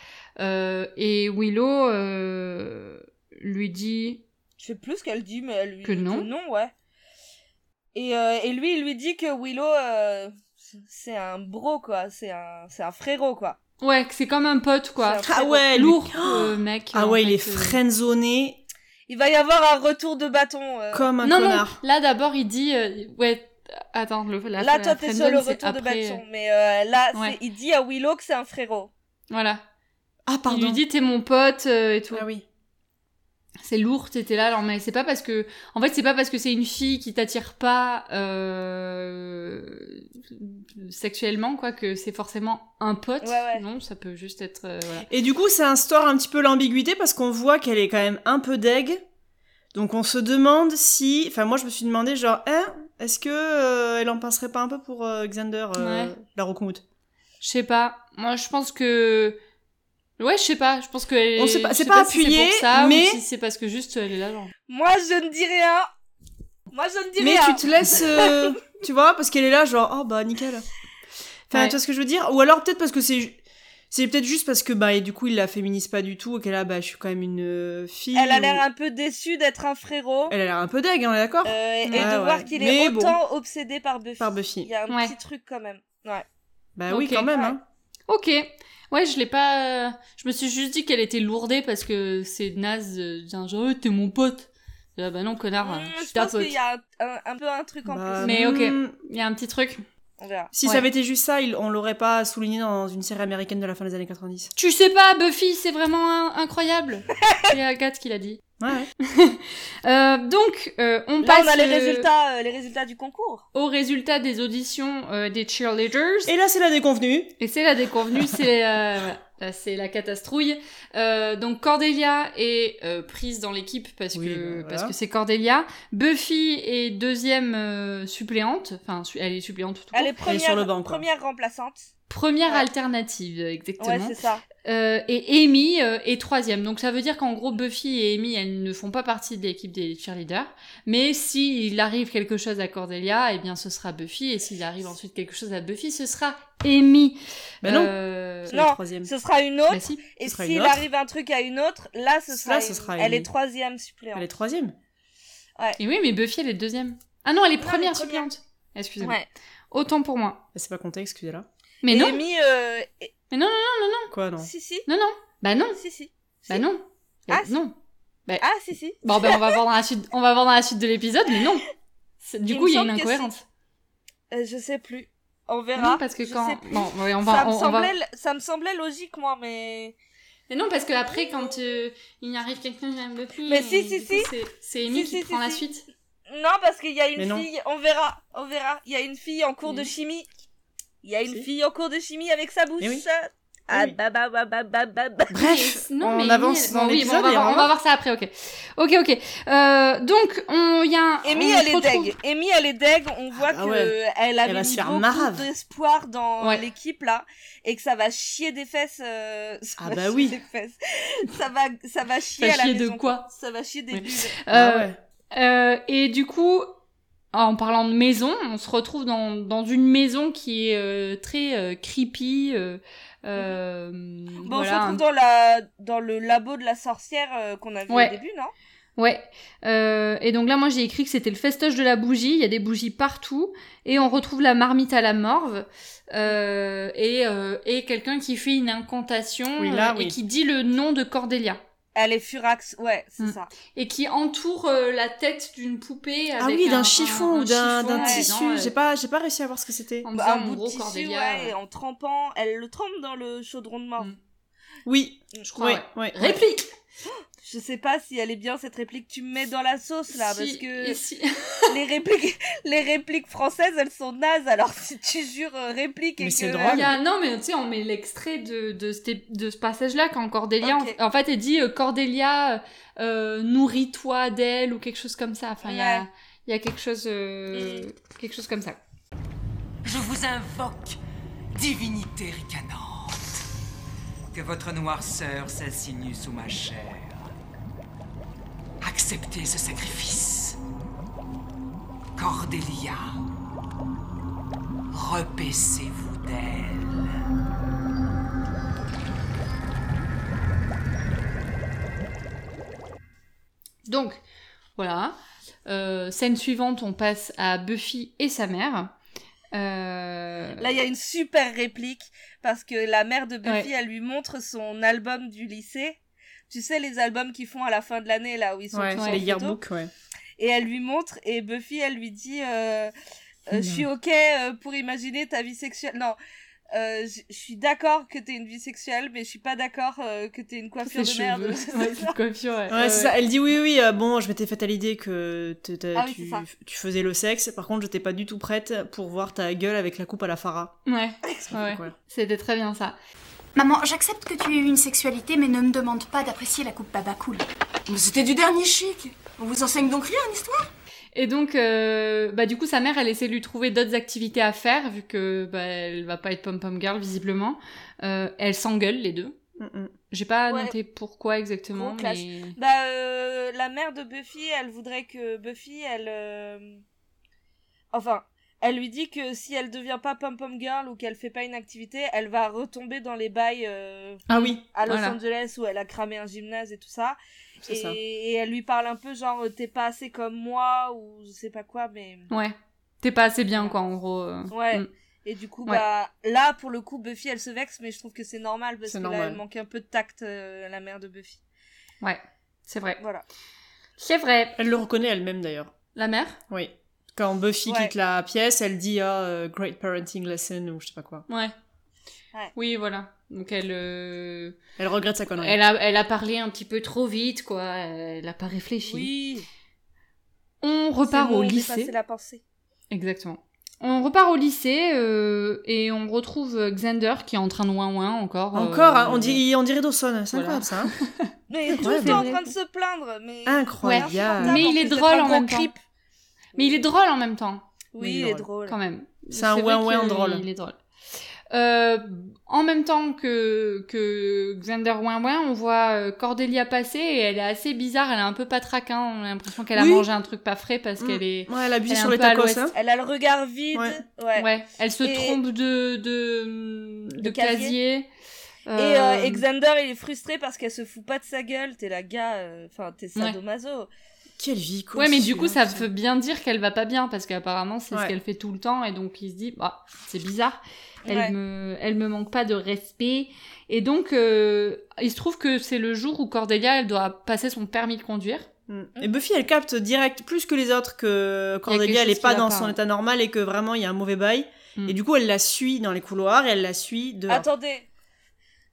S3: Euh, et Willow euh, lui dit...
S4: Je sais plus ce qu'elle dit, mais elle lui
S3: Que non.
S4: ouais. Et, euh, et lui, il lui dit que Willow, euh, c'est un bro quoi, c'est un, c'est un frérot quoi.
S3: Ouais, que c'est comme un pote, quoi.
S4: C'est Oh un
S2: Ah
S4: frérot.
S2: ouais, lui- [GASPS]
S3: Lourd, euh, mec.
S2: Ah
S3: en
S2: ouais, il
S3: fait,
S2: est
S3: euh.
S2: friendzoné
S4: Il va y avoir un retour de bâton. euh,
S2: comme un
S3: Non, non,
S2: connard.
S3: là d'abord il dit... euh, ouais, attends, le, la,
S4: Là,
S3: la
S4: toi, t'es
S3: friendzone,
S4: sur le
S3: c'est
S4: retour de
S3: après,
S4: bâton.
S3: euh,
S4: Mais euh, là, c'est-
S3: Ouais.
S4: il dit à Willow que c'est un frérot.
S3: euh, Voilà.
S2: Ah, pardon.
S3: Il lui dit t'es mon pote euh, et tout.
S2: Ah oui.
S3: c'est lourd, t'étais là, alors mais c'est pas parce que, en fait, c'est pas parce que c'est une fille qui t'attire pas euh, sexuellement quoi que c'est forcément un pote.
S4: Ouais, ouais.
S3: Non, ça peut juste être. euh, voilà.
S2: Et du coup, ça instaure un petit peu l'ambiguïté parce qu'on voit qu'elle est quand même un peu deg. Donc on se demande si. Enfin, moi je me suis demandé, genre, hein, est-ce que euh, elle en passerait pas un peu pour euh, Xander, euh,
S3: Ouais.
S2: la roconte
S3: Je sais pas. Moi, je pense que. Ouais, je sais pas. Je pense que.
S2: On sait pas-
S3: je
S2: c'est
S3: sais
S2: pas
S3: si c'est
S2: appuyé,
S3: pour ça, ou
S2: mais-
S3: si c'est parce que juste elle est là genre.
S4: Moi, je ne dis rien. Moi, je ne dis
S2: Mais
S4: rien.
S2: tu te laisses.
S4: [LAUGHS]
S2: euh, tu vois, parce qu'elle est là, genre, oh bah nickel. Enfin,
S3: Ouais.
S2: tu vois ce que je veux dire Ou alors peut-être parce que c'est. ju- C'est peut-être juste parce que, bah, et du coup, il la féminise pas du tout et qu'elle a, bah, je suis quand même une euh, fille.
S4: Elle a
S2: ou-
S4: l'air un peu déçue d'être un frérot.
S2: Elle a l'air un peu deg, hein, on est d'accord
S4: euh, et
S2: Ouais,
S4: de
S2: ouais.
S4: voir qu'il est
S2: Mais bon.
S4: autant obsédé par Buffy.
S2: Par
S4: Il
S2: Buffy.
S4: y a un
S3: Ouais.
S4: petit truc quand même. Ouais.
S2: Bah oui,
S3: Ok.
S2: quand même,
S4: Ouais.
S2: hein.
S3: Ok. Ouais, je l'ai pas. Je me suis juste dit qu'elle était lourdée parce que c'est naze euh, de dire genre, oh, t'es mon pote. Ah bah non, connard, euh,
S4: Mmh,
S3: je
S4: je
S3: suis ta
S4: pense
S3: pote.
S4: qu'il y a un, un- un peu un truc en
S2: Bah,
S4: plus.
S3: Mais ok.
S2: hmm,
S3: Il y a un petit truc.
S4: On verra.
S2: Si
S3: Ouais.
S2: ça avait été juste ça, il- on l'aurait pas souligné dans une série américaine de la fin des années 90.
S3: Tu sais pas, Buffy, c'est vraiment un-
S4: [LAUGHS]
S3: incroyable. c'est Agathe qui l'a dit.
S2: Ouais,
S3: [LAUGHS]
S2: ouais.
S3: Euh, donc, euh, on
S4: Là,
S3: passe
S4: on a les
S3: euh,
S4: résultats, euh, les résultats du concours.
S3: aux résultats des auditions euh, des cheerleaders.
S2: Et là, c'est la déconvenue.
S3: Et c'est la déconvenue, c'est euh, voilà, c'est la catastrouille. Euh, donc Cordelia est euh, prise dans l'équipe parce
S2: Oui,
S3: que
S4: ben
S2: bah, voilà.
S3: parce que c'est Cordelia. Buffy est deuxième euh, suppléante, enfin su- elle est suppléante tout
S4: Elle
S3: court.
S4: est première,
S2: sur le banc, quoi.
S4: première remplaçante.
S3: Première
S4: Ouais.
S3: alternative
S4: Ouais,
S3: exactement.
S4: c'est ça.
S3: Euh, et Amy euh, est troisième. Donc ça veut dire qu'en gros Buffy et Amy elles ne font pas partie de l'équipe des cheerleaders. Mais s'il arrive quelque chose à Cordelia, eh bien ce sera Buffy. Et s'il arrive ensuite quelque chose à Buffy, ce sera Amy.
S2: Mais non.
S3: Euh,
S2: C'est
S4: Non,
S2: la troisième.
S4: Ce sera une autre.
S3: bah si.
S4: et
S2: sera une
S4: s'il
S2: autre.
S4: arrive un truc à une autre, là, ce
S2: Là,
S4: sera,
S2: ce
S4: une-
S2: sera
S4: Elle
S2: une-
S4: est troisième suppléante.
S2: Elle est troisième.
S3: Et oui, mais Buffy, elle est deuxième. Ah non, elle est
S4: Non,
S3: première
S4: elle est première.
S3: suppléante. Excusez-moi.
S4: Ouais.
S3: Autant pour moi.
S2: Elle s'est Bah, pas comptée, excusez-la.
S3: Mais
S4: et
S3: non,
S4: Amy, euh, et-
S2: Quoi, non
S4: si, si,
S3: non, non. Bah non,
S4: si, si.
S3: bah non. Bah
S4: Ah, si.
S3: non.
S4: Ah, si, si.
S3: Bon, bah on va voir dans la suite, on va voir dans la suite de l'épisode, mais non. C'est- Du
S4: Il
S3: coup,
S4: me
S3: il y a une
S4: semble que
S3: incohérence.
S4: Euh, je sais plus. On verra.
S3: Non, parce que
S4: Je
S3: quand.
S4: sais plus.
S3: Bon, ouais, on
S4: ça,
S3: va.
S4: me
S3: on- on va-
S4: semblait, ça me semblait logique, moi, mais.
S3: Mais non, parce que après, quand euh, il arrive quelqu'un qui n'aime plus.
S4: Mais si,
S3: et du
S4: si, si.
S3: coup, c'est- C'est Amy
S4: Si,
S3: qui
S4: si, si,
S3: prend la
S4: si.
S3: suite.
S4: Non, parce qu'il y a
S2: Mais
S4: une
S2: non. Mm.
S4: fille, on verra, on verra. Il y a une fille en cours
S3: Mais
S4: de
S3: oui.
S4: chimie. Il y a une
S2: Si.
S4: fille en cours de chimie avec sa bouche.
S2: Mais oui.
S4: Ah,
S2: Oui.
S4: bah, bah, bah, bah, bah, bah, bah.
S2: Bref,
S3: Non, mais
S2: Ah, on
S3: Amy,
S2: avance
S3: elle-
S2: dans
S3: bon, oui, bon,
S2: l'épisode
S3: on, va
S2: et
S3: voir- on va voir ça après, ok. Ok, ok. Euh, donc, on- il y a un.
S4: Amy,
S3: on
S4: elle
S3: se
S4: est
S3: retrouve-
S4: deg. Amy, elle est deg. On voit
S2: bah
S4: que
S2: ouais.
S4: elle a
S2: Elle va
S4: mis
S2: se faire
S4: beaucoup
S2: marave.
S4: d'espoir dans
S3: Ouais.
S4: l'équipe là, et que ça va chier des fesses. euh, [LAUGHS] ça
S2: Ah
S4: va
S2: bah
S4: chier
S2: oui.
S4: des fesses. Ça va, ça va chier.
S3: Ça
S4: à la
S3: chier de
S4: maison,
S3: quoi
S4: Ça va chier des
S3: Oui.
S4: bulles.
S2: Ah
S3: Euh,
S2: ouais.
S3: Euh, et du coup, en parlant de maison, on se retrouve dans, dans une maison qui est euh, très euh, creepy. euh, euh,
S4: Bon,
S3: voilà,
S4: on se
S3: un-
S4: retrouve dans la, dans le labo de la sorcière euh, qu'on a vu
S3: Ouais.
S4: au début, non
S3: Ouais. Euh, et donc là, moi, j'ai écrit que c'était le festoche de la bougie. Il y a des bougies partout. Et on retrouve la marmite à la morve. Euh, et euh, et quelqu'un qui fait une incantation
S2: Oui, là,
S3: euh,
S2: oui.
S3: et qui dit le nom de Cordélia.
S4: Elle est furax, ouais, c'est
S3: Mm.
S4: ça.
S3: Et qui entoure euh, la tête d'une poupée.
S2: Ah
S3: avec
S2: oui,
S3: un-
S2: d'un chiffon
S3: un-
S2: ou
S3: un
S2: d'un d'un
S3: chiffon, ouais,
S2: tissu.
S3: dans, euh,
S2: J'ai pas, j'ai pas réussi à voir ce que c'était.
S3: en
S4: Bah,
S3: disant,
S4: un
S3: en
S4: bout de
S3: gros,
S4: tissu,
S3: Cordelia,
S4: ouais,
S3: euh,
S4: et en trempant, elle le trempe dans le chaudron de mort.
S3: Mm.
S2: Oui,
S4: Je
S3: crois,
S2: oui,
S3: ouais.
S2: oui.
S3: Réplique
S4: Je sais pas si elle est bien cette réplique que tu me mets dans la sauce là,
S3: Si-
S4: parce que
S3: et [LAUGHS] si-
S4: les répliques, les répliques françaises, elles sont nazes. Alors si tu jures euh, réplique et
S2: Mais c'est
S4: que
S2: drôle.
S3: Il y a- non, mais tu sais, on met l'extrait de, de, cet- de ce passage-là quand Cordélia,
S4: Ok.
S3: en, en fait, elle dit euh, Cordélia, euh, euh, nourris-toi d'elle ou quelque chose comme ça. Enfin, il y, a,
S4: Ouais. Mm.
S3: il y a quelque chose, euh, quelque chose comme ça.
S7: Je vous invoque, divinité ricanante, que votre noirceur s'insinue sous ma chair. Acceptez ce sacrifice. Cordélia, repaissez-vous d'elle.
S3: Donc, voilà. Euh, scène suivante, on passe à Buffy et sa mère. Euh,
S4: Là, il y a une super réplique parce que la mère de Buffy,
S3: Ouais.
S4: elle lui montre son album du lycée. Tu sais, les albums qu'ils font à la fin de l'année, là, où ils sont
S2: Ouais,
S4: tous en
S2: les
S4: photo.
S2: yearbooks, ouais.
S4: Et elle lui montre, et Buffy, elle lui dit euh, euh, Je suis OK euh, pour imaginer ta vie sexuelle. Non, euh, je- je suis d'accord que t'aies une vie sexuelle, mais je suis pas d'accord euh, que t'aies une coiffure de
S3: ses
S4: merde.
S3: cheveux. [LAUGHS] Ouais, cette coiffure, ouais.
S2: Ouais,
S3: Ouais,
S2: c'est
S3: ouais.
S2: ça. Elle dit oui, oui, euh, bon, je m'étais fait à l'idée que te- te-
S4: Ah oui,
S2: tu,
S4: c'est ça.
S2: tu faisais le sexe. Par contre, j'étais pas du tout prête pour voir ta gueule avec la coupe à la Farah.
S3: Euh, Ouais, ouais.
S2: Pourquoi
S3: C'était très bien ça.
S6: Maman, j'accepte que tu aies eu une sexualité, mais ne me demande pas d'apprécier la coupe baba cool.
S8: Mais c'était du dernier chic. On vous enseigne donc rien, en histoire
S3: Et donc, euh, bah, du coup, sa mère, elle essaie de lui trouver d'autres activités à faire, vu que bah, elle va pas être pom-pom girl, visiblement. Euh, elles s'engueulent, les deux.
S2: Mm-mm.
S3: J'ai pas
S4: Ouais.
S3: noté pourquoi exactement,
S4: Gros clash.
S3: mais...
S4: [LAUGHS] Bah, euh, la mère de Buffy, elle voudrait que Buffy, elle. euh, Enfin, elle lui dit que si elle devient pas Pom Pom Girl ou qu'elle fait pas une activité, elle va retomber dans les bails euh,
S2: Ah oui,
S4: à Los
S3: Voilà.
S4: Angeles où elle a cramé un gymnase et tout ça.
S2: c'est
S4: Et,
S2: ça.
S4: et elle lui parle un peu genre euh, t'es pas assez comme moi ou je sais pas quoi, mais.
S3: Ouais. T'es pas assez bien, quoi, en gros. euh.
S4: Ouais.
S3: Mm.
S4: Et du coup,
S3: Ouais.
S4: bah, là, pour le coup, Buffy, elle se vexe, mais je trouve que c'est normal parce
S3: C'est
S4: que là,
S3: normal.
S4: elle manque un peu de tact, euh, la mère de Buffy.
S3: Ouais, c'est vrai.
S4: Voilà.
S3: C'est vrai.
S2: Elle le reconnaît elle-même d'ailleurs.
S3: La mère
S2: Oui. Quand Buffy
S4: Ouais.
S2: quitte la pièce, elle dit ah euh, great parenting lesson ou je sais pas quoi.
S3: Ouais.
S4: Ouais.
S3: Oui, voilà. Donc elle, euh,
S2: Elle regrette sa connerie.
S3: elle, a, elle a parlé un petit peu trop vite, quoi. Elle a pas réfléchi.
S4: Oui.
S3: On repart au lycée.
S4: C'est la pensée.
S3: Exactement. On repart au lycée euh, et on retrouve euh, Xander qui est en train de ouin ouin encore. euh,
S2: Encore, hein, on, dirait, on dirait Dawson, c'est
S3: Voilà.
S2: incroyable
S3: [LAUGHS]
S2: ça. hein.
S4: Mais il est tout
S2: Ouais,
S4: le
S2: mais-
S4: temps en train de se plaindre, mais.
S2: Incroyable.
S3: Mais il est
S4: Insupportable,
S3: drôle en même
S4: plus, d'être
S3: temps.
S4: un grand creep.
S3: Mais il est drôle en même temps,
S4: Oui, il est drôle.
S3: quand même.
S2: C'est un
S3: vrai
S2: ouin ouin
S3: qu'il-
S2: drôle.
S3: Il est drôle. Euh, en même temps que, que Xander ouin ouin, on voit euh, Cordelia passer et elle est assez bizarre, elle est un peu patraquin, on a l'impression qu'elle
S2: Oui.
S3: a mangé un truc pas frais parce
S2: Mm.
S3: qu'elle est...
S2: Ouais, elle abuse
S3: Elle est
S2: sur
S3: un
S2: les
S3: peu à
S2: tacos.
S3: l'ouest.
S2: Hein.
S4: Elle a le regard vide.
S2: Ouais.
S4: Ouais.
S3: Ouais, elle se
S4: Et-
S3: trompe de, de, de,
S4: De
S3: casier.
S4: Et, euh,
S3: Euh,
S4: et Xander, il est frustré parce qu'elle se fout pas de sa gueule. T'es la gars, euh, enfin, t'es
S3: Ouais.
S4: sadomaso.
S2: Quelle vie quoi.
S3: Ouais, mais du
S2: celui-là,
S3: coup, ça
S2: putain.
S3: veut bien dire qu'elle va pas bien parce qu'apparemment, c'est
S2: Ouais.
S3: ce qu'elle fait tout le temps et donc il se dit, bah, c'est bizarre. Elle
S4: Ouais.
S3: me, elle me manque pas de respect. Et donc, euh, il se trouve que c'est le jour où Cordelia, elle doit passer son permis de conduire.
S2: Mm. Et Buffy, elle capte direct plus que les autres que
S3: quelque
S2: Cordelia, elle
S3: chose
S2: est pas
S3: qui va
S2: dans
S3: pas,
S2: son
S3: hein.
S2: état normal et que vraiment il y a un mauvais bail.
S3: Mm.
S2: Et du coup, elle la suit dans les couloirs et elle la suit dehors.
S4: Attendez.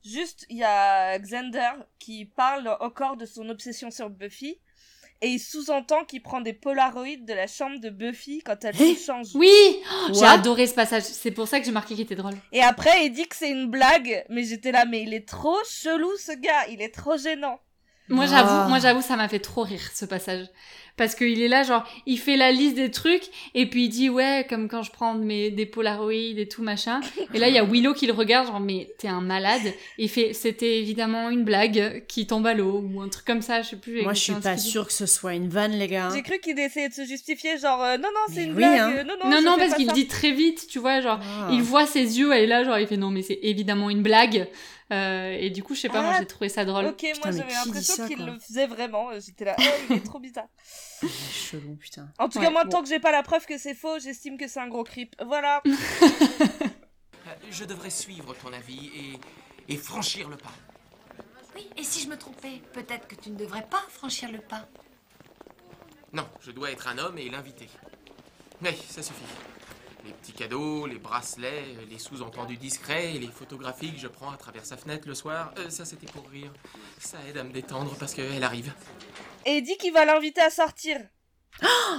S4: Juste, il y a Xander qui parle encore de son obsession sur Buffy. Et il sous-entend qu'il prend des polaroïdes de la chambre de Buffy quand elle
S2: Eh
S4: se change.
S3: Oui! Oh, J'ai
S2: What
S3: adoré ce passage. C'est pour ça que j'ai marqué qu'il était drôle.
S4: Et après, il dit que c'est une blague. Mais j'étais là, mais il est trop chelou ce gars. Il est trop gênant.
S3: Moi,
S2: Ah.
S3: j'avoue, moi, j'avoue, ça m'a fait trop rire, ce passage. Parce qu'il est là, genre, il fait la liste des trucs, et puis il dit, ouais, comme quand je prends mes, des polaroïdes et tout, machin. Et là, il y a Willow qui le regarde, genre, mais t'es un malade. Et il fait, c'était évidemment une blague qui tombe à l'eau, ou un truc comme ça, je sais plus.
S2: Moi, je suis
S3: exactement
S2: pas
S3: ce qu'il dit.
S2: sûre que ce soit une vanne, les gars.
S4: J'ai cru qu'il essayait de se justifier, genre, euh, non, non, c'est
S2: Hein. Mais
S4: une
S2: oui,
S4: blague.
S2: hein.
S4: euh, Non, non,
S3: Non,
S4: je
S3: non,
S4: fais
S3: parce
S4: pas
S3: qu'il
S4: ça.
S3: dit très vite, tu vois, genre,
S2: Ah.
S3: il voit ses yeux, et là, genre, il fait, non, mais c'est évidemment une blague. Euh, et du coup, je sais pas, moi,
S4: Ah.
S3: j'ai trouvé ça drôle.
S4: Ok,
S2: Oh, Putain,
S4: moi
S2: mais
S4: j'avais
S2: qui dit
S4: l'impression
S2: ça,
S4: qu'il
S2: quoi
S4: le faisait vraiment. Euh, J'étais là, oh, il est trop bizarre.
S2: Chelou, putain.
S4: En tout
S3: Ouais,
S4: cas, moi,
S3: bon.
S4: tant que j'ai pas la preuve que c'est faux, j'estime que c'est un gros creep. Voilà.
S2: Hein.
S5: Euh, Je devrais suivre ton avis et, et franchir le pas.
S6: Oui, et si je me trompais, peut-être que tu ne devrais pas franchir le pas.
S5: Non, je dois être un homme et l'inviter. Mais ça suffit. Les petits cadeaux, les bracelets, les sous-entendus discrets et les photographies que je prends à travers sa fenêtre le soir, euh, ça c'était pour rire. Ça aide à me détendre parce qu'elle arrive.
S4: Et il dit qu'il va l'inviter à sortir.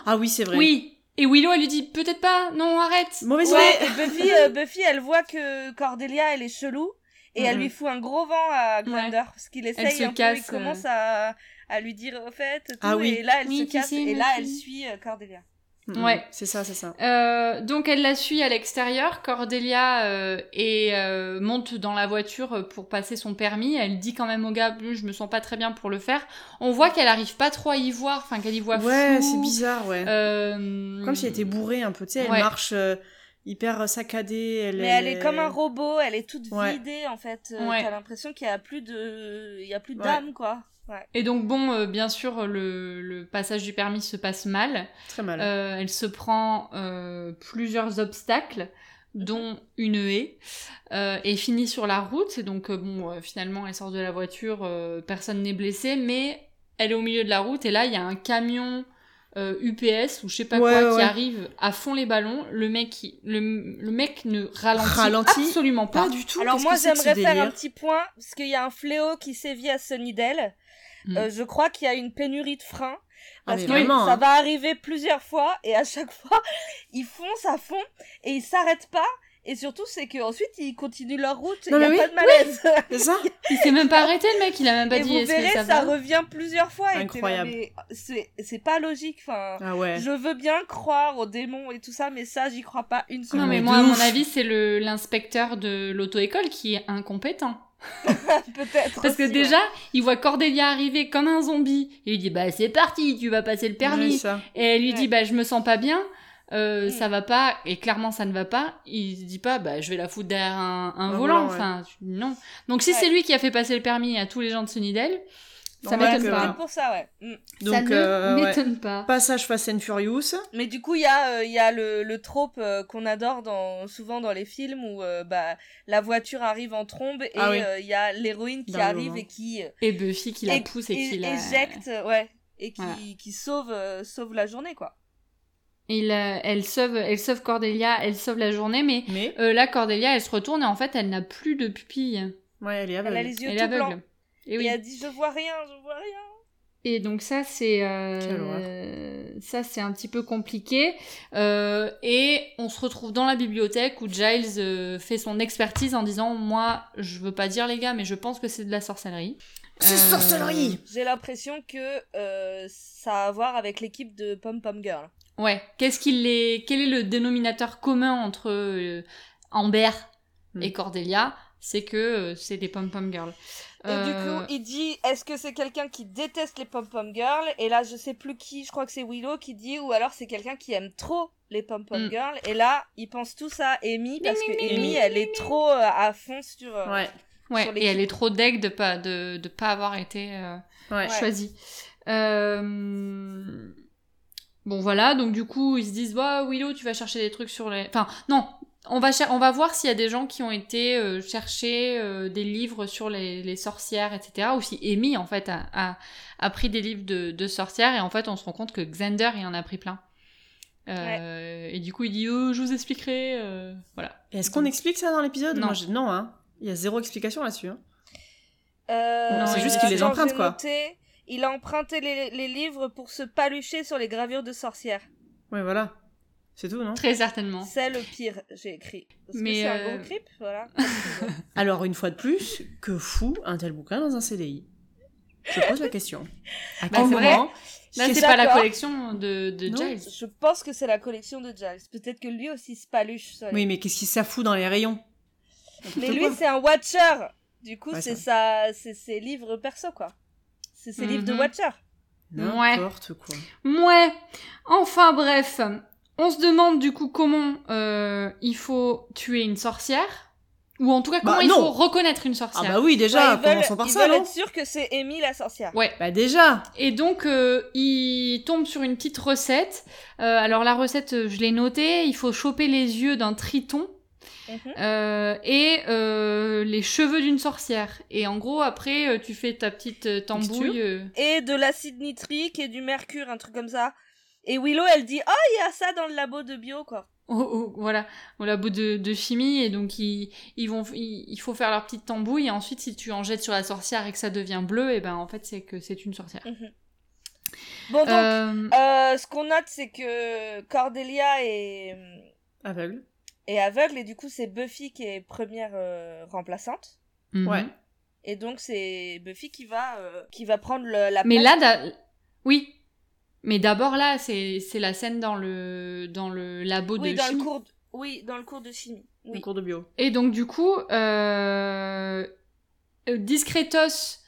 S2: Ah oui, c'est vrai.
S3: Oui. Et Willow, elle lui dit, peut-être pas, non, arrête.
S2: Mauvaise
S4: Ouais,
S2: idée.
S4: et Buffy, euh, Buffy, elle voit que Cordelia, elle est chelou. Et elle
S2: Mhm.
S4: lui fout un gros vent à Xander. Parce qu'il essaye
S3: se
S4: un peu,
S3: casse,
S4: il commence à, à lui dire au fait. Tout,
S2: Ah oui.
S4: Et là, elle
S3: Oui,
S4: se
S3: tu
S4: casse.
S3: sais,
S4: et
S3: ma
S4: là, elle
S3: fille.
S4: suit euh, Cordelia.
S2: Mm,
S3: Ouais.
S2: C'est ça, c'est ça.
S3: Euh, donc elle la suit à l'extérieur. Cordelia euh, et euh, monte dans la voiture euh, pour passer son permis. Elle dit quand même au gars, je me sens pas très bien pour le faire. On voit qu'elle arrive pas trop à y voir, enfin qu'elle y voit
S2: Ouais,
S3: flou.
S2: c'est bizarre, ouais.
S3: Euh,
S2: Comme si elle était bourrée un peu, tu sais, elle
S3: Ouais.
S2: marche euh, hyper saccadée. Elle
S4: Mais elle est comme un robot, elle est toute
S2: Ouais.
S4: vidée en fait. Euh,
S3: Ouais.
S4: T'as l'impression qu'il y a plus de, il y a plus
S2: Ouais.
S4: d'âme quoi. Ouais.
S3: Et donc bon, euh, bien sûr, le, le passage du permis se passe mal.
S2: Très mal.
S3: Euh, elle se prend euh, plusieurs obstacles, dont une haie, euh, et finit sur la route. Et donc, euh, bon, euh, finalement, elle sort de la voiture, euh, personne n'est blessé, mais elle est au milieu de la route. Et là, il y a un camion euh, UPS ou je sais pas
S2: Ouais,
S3: quoi qui
S2: ouais.
S3: arrive à fond les ballons. Le mec, qui- le, le mec ne ralentit,
S2: Ralentit
S3: absolument pas.
S2: Pas du tout.
S4: Alors
S2: qu'est-ce
S4: moi
S2: que c'est que ce
S4: j'aimerais faire un
S2: délire
S4: petit point parce qu'il y a un fléau qui sévit à Sunnydale.
S3: Mm.
S4: Euh, je crois qu'il y a une pénurie de
S2: Hmm.
S4: freins
S2: Ah,
S4: parce
S2: mais
S4: que
S2: vraiment,
S4: ça
S2: hein.
S4: va arriver plusieurs fois et à chaque [LAUGHS] fois ils foncent à fond et ils s'arrêtent pas et surtout c'est que ensuite ils continuent leur route il
S2: Non,
S4: n'y a
S2: mais
S4: pas
S2: oui, Bah,
S4: de malaise [LAUGHS]
S2: C'est ça
S3: Il s'est même pas arrêté, le mec. Il a même pas
S4: et
S3: dit
S4: vous
S3: est-ce
S4: verrez
S3: que ça
S4: ça,
S3: va
S4: revient plusieurs fois et t'es là,
S2: Incroyable.
S4: mais c'est c'est pas logique enfin
S2: Ah ouais.
S4: je veux bien croire aux démons et tout ça mais ça j'y crois pas une seconde
S3: Non, mais
S2: Mais
S3: moi,
S2: de
S3: à mon
S2: ouf.
S3: avis, c'est le- l'inspecteur de l'auto-école qui est incompétent.
S4: [LAUGHS] peut-être
S3: Parce que
S4: aussi,
S3: déjà, il voit Cordelia arriver comme un zombie. Et il dit, bah c'est parti, tu vas passer le
S2: Ouais,
S3: permis.
S2: ça.
S3: et elle lui
S4: Ouais.
S3: dit, bah je me sens pas bien, euh,
S4: Mm.
S3: ça va pas. Et clairement, ça ne va pas. Il se dit pas, bah je vais la foutre derrière un, un
S2: Un
S3: volant.
S2: volant, ouais.
S3: Enfin, non. Donc si
S4: Ouais.
S3: c'est lui qui a fait passer le permis à tous les gens de Sunnydale,
S2: Ouais,
S3: Ça m'étonne
S2: que-
S3: pas.
S4: Peut-être pour ça, ouais. Mm.
S3: ça
S2: Donc,
S3: ne
S2: euh, ouais.
S3: m'étonne pas.
S2: Passage Fast and Furious.
S4: Mais du coup, il y a, euh, il y a le, le trope euh, qu'on adore dans, souvent dans les films où euh, bah, la voiture arrive en trombe et
S2: Ah oui.
S4: euh, il y a l'héroïne qui
S2: Dans le
S4: arrive
S2: moment.
S4: et qui euh,
S3: Et Buffy qui la
S4: é-
S3: pousse et,
S4: é-
S3: qui la...
S4: éjecte, ouais, et qui,
S3: Voilà.
S4: qui sauve, euh, sauve la journée, quoi.
S3: Il, euh, elle, sauve, elle sauve Cordelia, elle sauve la journée, mais
S2: Mais,
S3: euh, là, Cordelia, elle se retourne et en fait, elle n'a plus de pupille.
S2: ouais, elle est
S4: Elle
S2: aveugle.
S4: a les yeux
S3: elle est
S4: tout
S3: aveugle.
S4: blancs.
S3: Et,
S4: Et
S3: oui.
S4: elle dit je vois rien, je vois rien.
S3: et donc ça, c'est... euh,
S2: Quelle horreur.
S3: euh, ça, c'est un petit peu compliqué. Euh, et on se retrouve dans la bibliothèque où Giles euh, fait son expertise en disant « Moi, je veux pas dire les gars, mais je pense que c'est de la sorcellerie. »
S6: Euh, C'est sorcellerie
S4: J'ai l'impression que euh, ça a à voir avec l'équipe de Pom Pom Girl.
S3: Ouais. Qu'est-ce qu'il est Quel est le dénominateur commun entre euh, Amber
S2: Hmm.
S3: et Cordelia C'est que euh, c'est des pom pom girls.
S4: Et
S3: Euh,
S4: du coup, il dit est-ce que c'est quelqu'un qui déteste les pom pom girls Et là, je sais plus qui, je crois que c'est Willow qui dit ou alors c'est quelqu'un qui aime trop les pom pom
S3: Mm.
S4: girls. Et là, ils pensent tous à Amy parce que
S2: mi,
S4: Amy,
S2: mi,
S4: elle est trop euh, à fond sur. euh,
S2: Ouais,
S3: ouais,
S4: sur
S3: et elle
S4: l'équipe.
S3: est trop deg de pas de, de pas avoir été euh,
S2: ouais.
S4: Ouais.
S3: choisie. Euh, Bon voilà, donc du coup ils se disent bah Willow tu vas chercher des trucs sur les, enfin non on va cher- on va voir s'il y a des gens qui ont été euh, chercher euh, des livres sur les, les sorcières etc ou si Amy en fait a, a, a pris des livres de, de sorcières et en fait on se rend compte que Xander il en a pris plein Euh, et du coup il dit oh, je vous expliquerai euh, voilà
S2: Et Est-ce qu'on explique ça dans l'épisode
S3: Non.
S2: Moi, j'ai- non, hein. Il y a zéro explication là-dessus. hein.
S4: Euh,
S3: Non, c'est juste qu'il les
S4: attends,
S2: emprunte,
S4: j'ai
S2: quoi.
S4: noté, il a emprunté les, les livres pour se palucher sur les gravures de sorcières.
S2: Ouais, voilà. C'est tout, non
S3: très certainement
S4: C'est le pire, j'ai écrit. Parce
S3: Mais,
S4: que c'est un
S3: euh,
S4: gros creep, voilà.
S2: Alors, une fois de plus, que fout un tel bouquin dans un CDI Je pose la
S4: [LAUGHS]
S2: question. À
S3: Bah,
S2: quel
S3: c'est vrai.
S2: moment
S3: là
S4: Je suis
S3: c'est pas la
S4: d'accord.
S3: collection de, de
S2: Non.
S3: Giles
S4: Je pense que c'est la collection de Giles. Peut-être que lui aussi se paluche sur les
S2: Oui, mais qu'est-ce qu'il ça fout dans les rayons
S4: Mais
S2: N'importe
S4: lui,
S2: quoi.
S4: c'est un Watcher. Du coup,
S2: Ouais,
S4: c'est sa, c'est ses livres perso, quoi. C'est ses livres de
S3: Mhm.
S4: Watcher.
S3: Ouais.
S2: N'importe quoi.
S3: Ouais. Enfin bref, on se demande du coup comment euh, il faut tuer une sorcière, ou en tout cas comment
S2: Bah,
S3: il
S2: non.
S3: faut reconnaître une
S2: Ah
S3: sorcière.
S2: bah oui, déjà,
S4: Ouais, ils veulent,
S2: commençons par
S4: ils
S2: ça,
S4: veulent
S2: non
S4: être sûrs que c'est Amy la sorcière.
S3: Ouais.
S2: Bah déjà
S3: Et donc euh, il tombe sur une petite recette. Euh, alors la recette, euh, je l'ai notée. Il faut choper les yeux d'un triton.
S4: Mhm.
S3: Euh, et euh, les cheveux d'une sorcière. Et en gros, après, euh, tu fais ta petite euh,
S2: Mixture.
S3: tambouille. euh,
S4: Et de l'acide nitrique et du mercure, un truc comme ça. Et Willow, elle dit Oh, il y a ça dans le labo de bio, quoi.
S3: [LAUGHS] au, au- voilà, au labo de, de chimie, et donc ils, ils vont, il il faut faire leur petite tambouille, et ensuite si tu en jettes sur la sorcière et que ça devient bleu, et ben en fait c'est que c'est une sorcière.
S4: Mhm. Bon, donc,
S3: Euh,
S4: euh, ce qu'on note, c'est que Cordelia est,
S2: Aveugle.
S4: est aveugle et du coup, c'est Buffy qui est première euh, remplaçante.
S3: mhm.
S2: Ouais.
S4: Et donc, c'est Buffy qui va, euh, qui va prendre le- la
S3: Mais là,
S4: place
S3: d'a- oui. Mais d'abord là, c'est c'est la scène dans le dans le labo
S4: oui,
S3: de
S4: dans
S3: chimie.
S4: le cours de- oui, dans le cours de chimie.
S2: Le
S4: Oui.
S2: cours de bio.
S3: Et donc du coup, euh, euh, Discretos,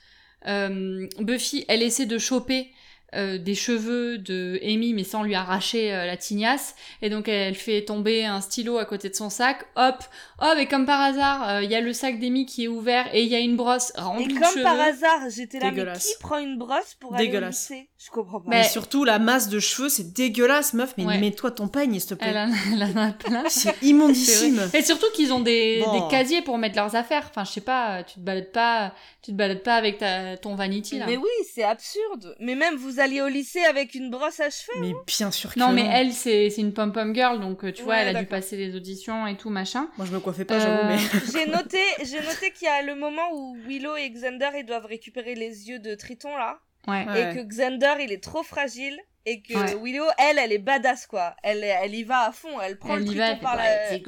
S3: euh, Buffy, elle essaie de choper euh, des cheveux de Amy, mais sans lui arracher euh, la tignasse. Et donc elle fait tomber un stylo à côté de son sac. Hop, hop, et comme par hasard, euh, il y a le sac d'Amy qui est ouvert et il y a une brosse
S4: Et
S3: remplie de
S4: comme
S3: cheveux.
S4: par hasard, j'étais là, mais
S2: Dégueulasse.
S4: qui prend une brosse pour aller au
S2: Dégueulasse.
S4: lycée Je comprends pas.
S3: Mais-
S2: Et surtout, la masse de cheveux, c'est dégueulasse, meuf, mais
S3: Ouais.
S2: mets-toi ton peigne, s'il te plaît.
S3: Elle en, elle en a
S4: [LAUGHS]
S3: plein.
S2: C'est
S3: [LAUGHS] C'est
S2: immondissime.
S3: vrai. Et surtout qu'ils ont des,
S2: Bon.
S3: des casiers pour mettre leurs affaires. Enfin, je sais pas, tu te balades pas, tu te balades pas avec ta, ton vanity
S2: hein.
S3: là.
S4: Mais oui, c'est absurde. Mais même vous alliez au lycée avec une brosse
S3: [LAUGHS]
S4: à cheveux.
S2: Mais bien sûr que
S3: Non, mais elle, c'est c'est une pom-pom girl, donc euh, tu vois,
S4: Ouais,
S3: elle a dû
S4: d'accord.
S3: passer les auditions et tout, machin.
S2: Moi, je me coiffais pas, j'avoue,
S3: Euh,
S2: mais...
S4: j'ai noté, j'ai noté qu'il y a le moment où Willow et Xander ils doivent récupérer les yeux de Triton là,
S3: Ouais.
S2: Ouais.
S4: et que Xander il est trop fragile et que
S3: Ouais.
S4: Willow elle elle est badass quoi. Elle elle y va à fond, elle prend
S3: Elle
S4: le
S3: y va,
S4: Triton
S3: elle
S4: par
S3: fait,
S4: la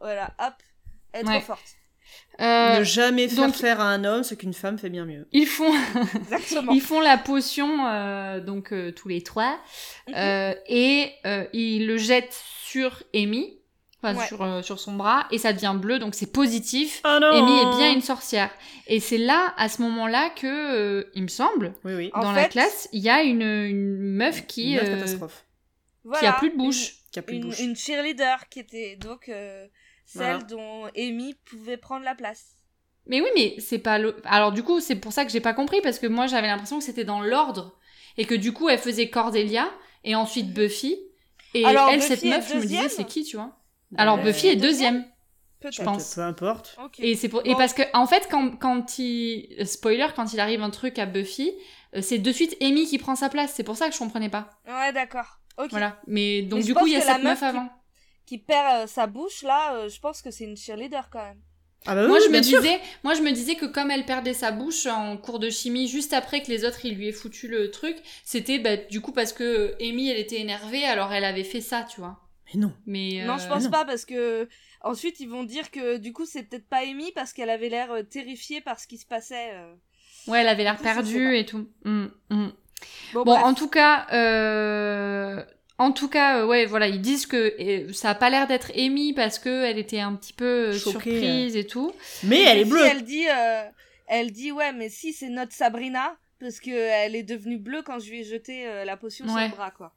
S4: voilà hop, elle est
S3: Ouais. [LAUGHS]
S4: trop forte.
S2: [LAUGHS]
S3: Euh,
S2: Ne jamais faire
S3: donc-
S2: faire à un homme ce qu'une femme fait bien mieux.
S3: Ils font,
S4: Exactement.
S3: ils font la potion, euh, donc euh, tous les trois,
S4: Mhm.
S3: euh, et euh, ils le jettent sur Amy, enfin
S4: Ouais.
S3: sur, euh, sur son bras, et ça devient bleu, donc c'est positif.
S2: Ah
S4: Oh.
S2: non
S3: Amy est bien une sorcière. Et c'est là, à ce moment-là, que, euh, il me semble,
S2: Oui, oui.
S4: En
S3: dans la
S4: fait-
S3: classe, il y a une, une meuf qui,
S2: Une meuf
S3: euh,
S2: catastrophe.
S4: Voilà.
S3: qui a plus de bouche.
S2: Qui a plus de
S4: une,
S2: bouche.
S4: une cheerleader qui était donc euh, celle
S2: Voilà.
S4: dont Amy pouvait prendre la place.
S3: Mais oui, mais c'est pas le... Alors du coup, c'est pour ça que j'ai pas compris, parce que moi j'avais l'impression que c'était dans l'ordre, et que du coup elle faisait Cordelia, et ensuite Buffy, et
S4: Alors,
S3: elle,
S4: Buffy
S3: cette
S4: est
S3: meuf, je me
S4: deuxième
S3: disais c'est qui, tu vois
S2: Euh, Bah,
S3: Alors Buffy est deuxième, je
S4: Peut-être.
S3: pense.
S2: Peu importe.
S4: Ok.
S3: Et c'est pour... et
S4: Bon.
S3: parce que, en fait, quand, quand il... Spoiler, quand il arrive un truc à Buffy, euh, c'est de suite Amy qui prend sa place, c'est pour ça que je comprenais pas.
S4: Ouais, d'accord. Ok.
S3: Voilà. Mais donc
S4: Mais je
S3: du coup,
S4: pense
S3: il y a
S4: que la
S3: cette meuf,
S4: meuf qui-
S3: avant.
S4: Qui perd euh, sa bouche, là, euh, je pense que c'est une cheerleader quand même.
S2: Ah bah oui,
S3: moi, je me
S2: bien sûr.
S3: disais, moi, je me disais que comme elle perdait sa bouche en cours de chimie juste après que les autres ils lui aient foutu le truc, c'était bah, du coup parce que Amy elle était énervée alors elle avait fait ça, tu vois.
S2: Mais non.
S3: Mais
S4: Non,
S3: euh,
S4: je pense
S2: non.
S4: pas parce que ensuite ils vont dire que du coup c'est peut-être pas Amy parce qu'elle avait l'air euh, terrifiée par ce qui se passait. euh.
S3: Ouais, elle avait l'air
S4: Je sais
S3: perdue
S4: pas.
S3: et tout. Hum, hum.
S4: Bon,
S3: Bon,
S4: bref.
S3: en tout cas, euh, en tout cas, euh, ouais, voilà, ils disent que euh, ça a pas l'air d'être Amy parce que elle était un petit peu euh,
S2: Choquée,
S3: surprise et tout.
S2: Mais
S4: Et
S2: elle est
S4: puis,
S2: bleue.
S4: Elle dit, euh, elle dit ouais, mais si c'est notre Sabrina parce que elle est devenue bleue quand je lui ai jeté euh, la potion sur
S3: Ouais.
S4: le bras quoi.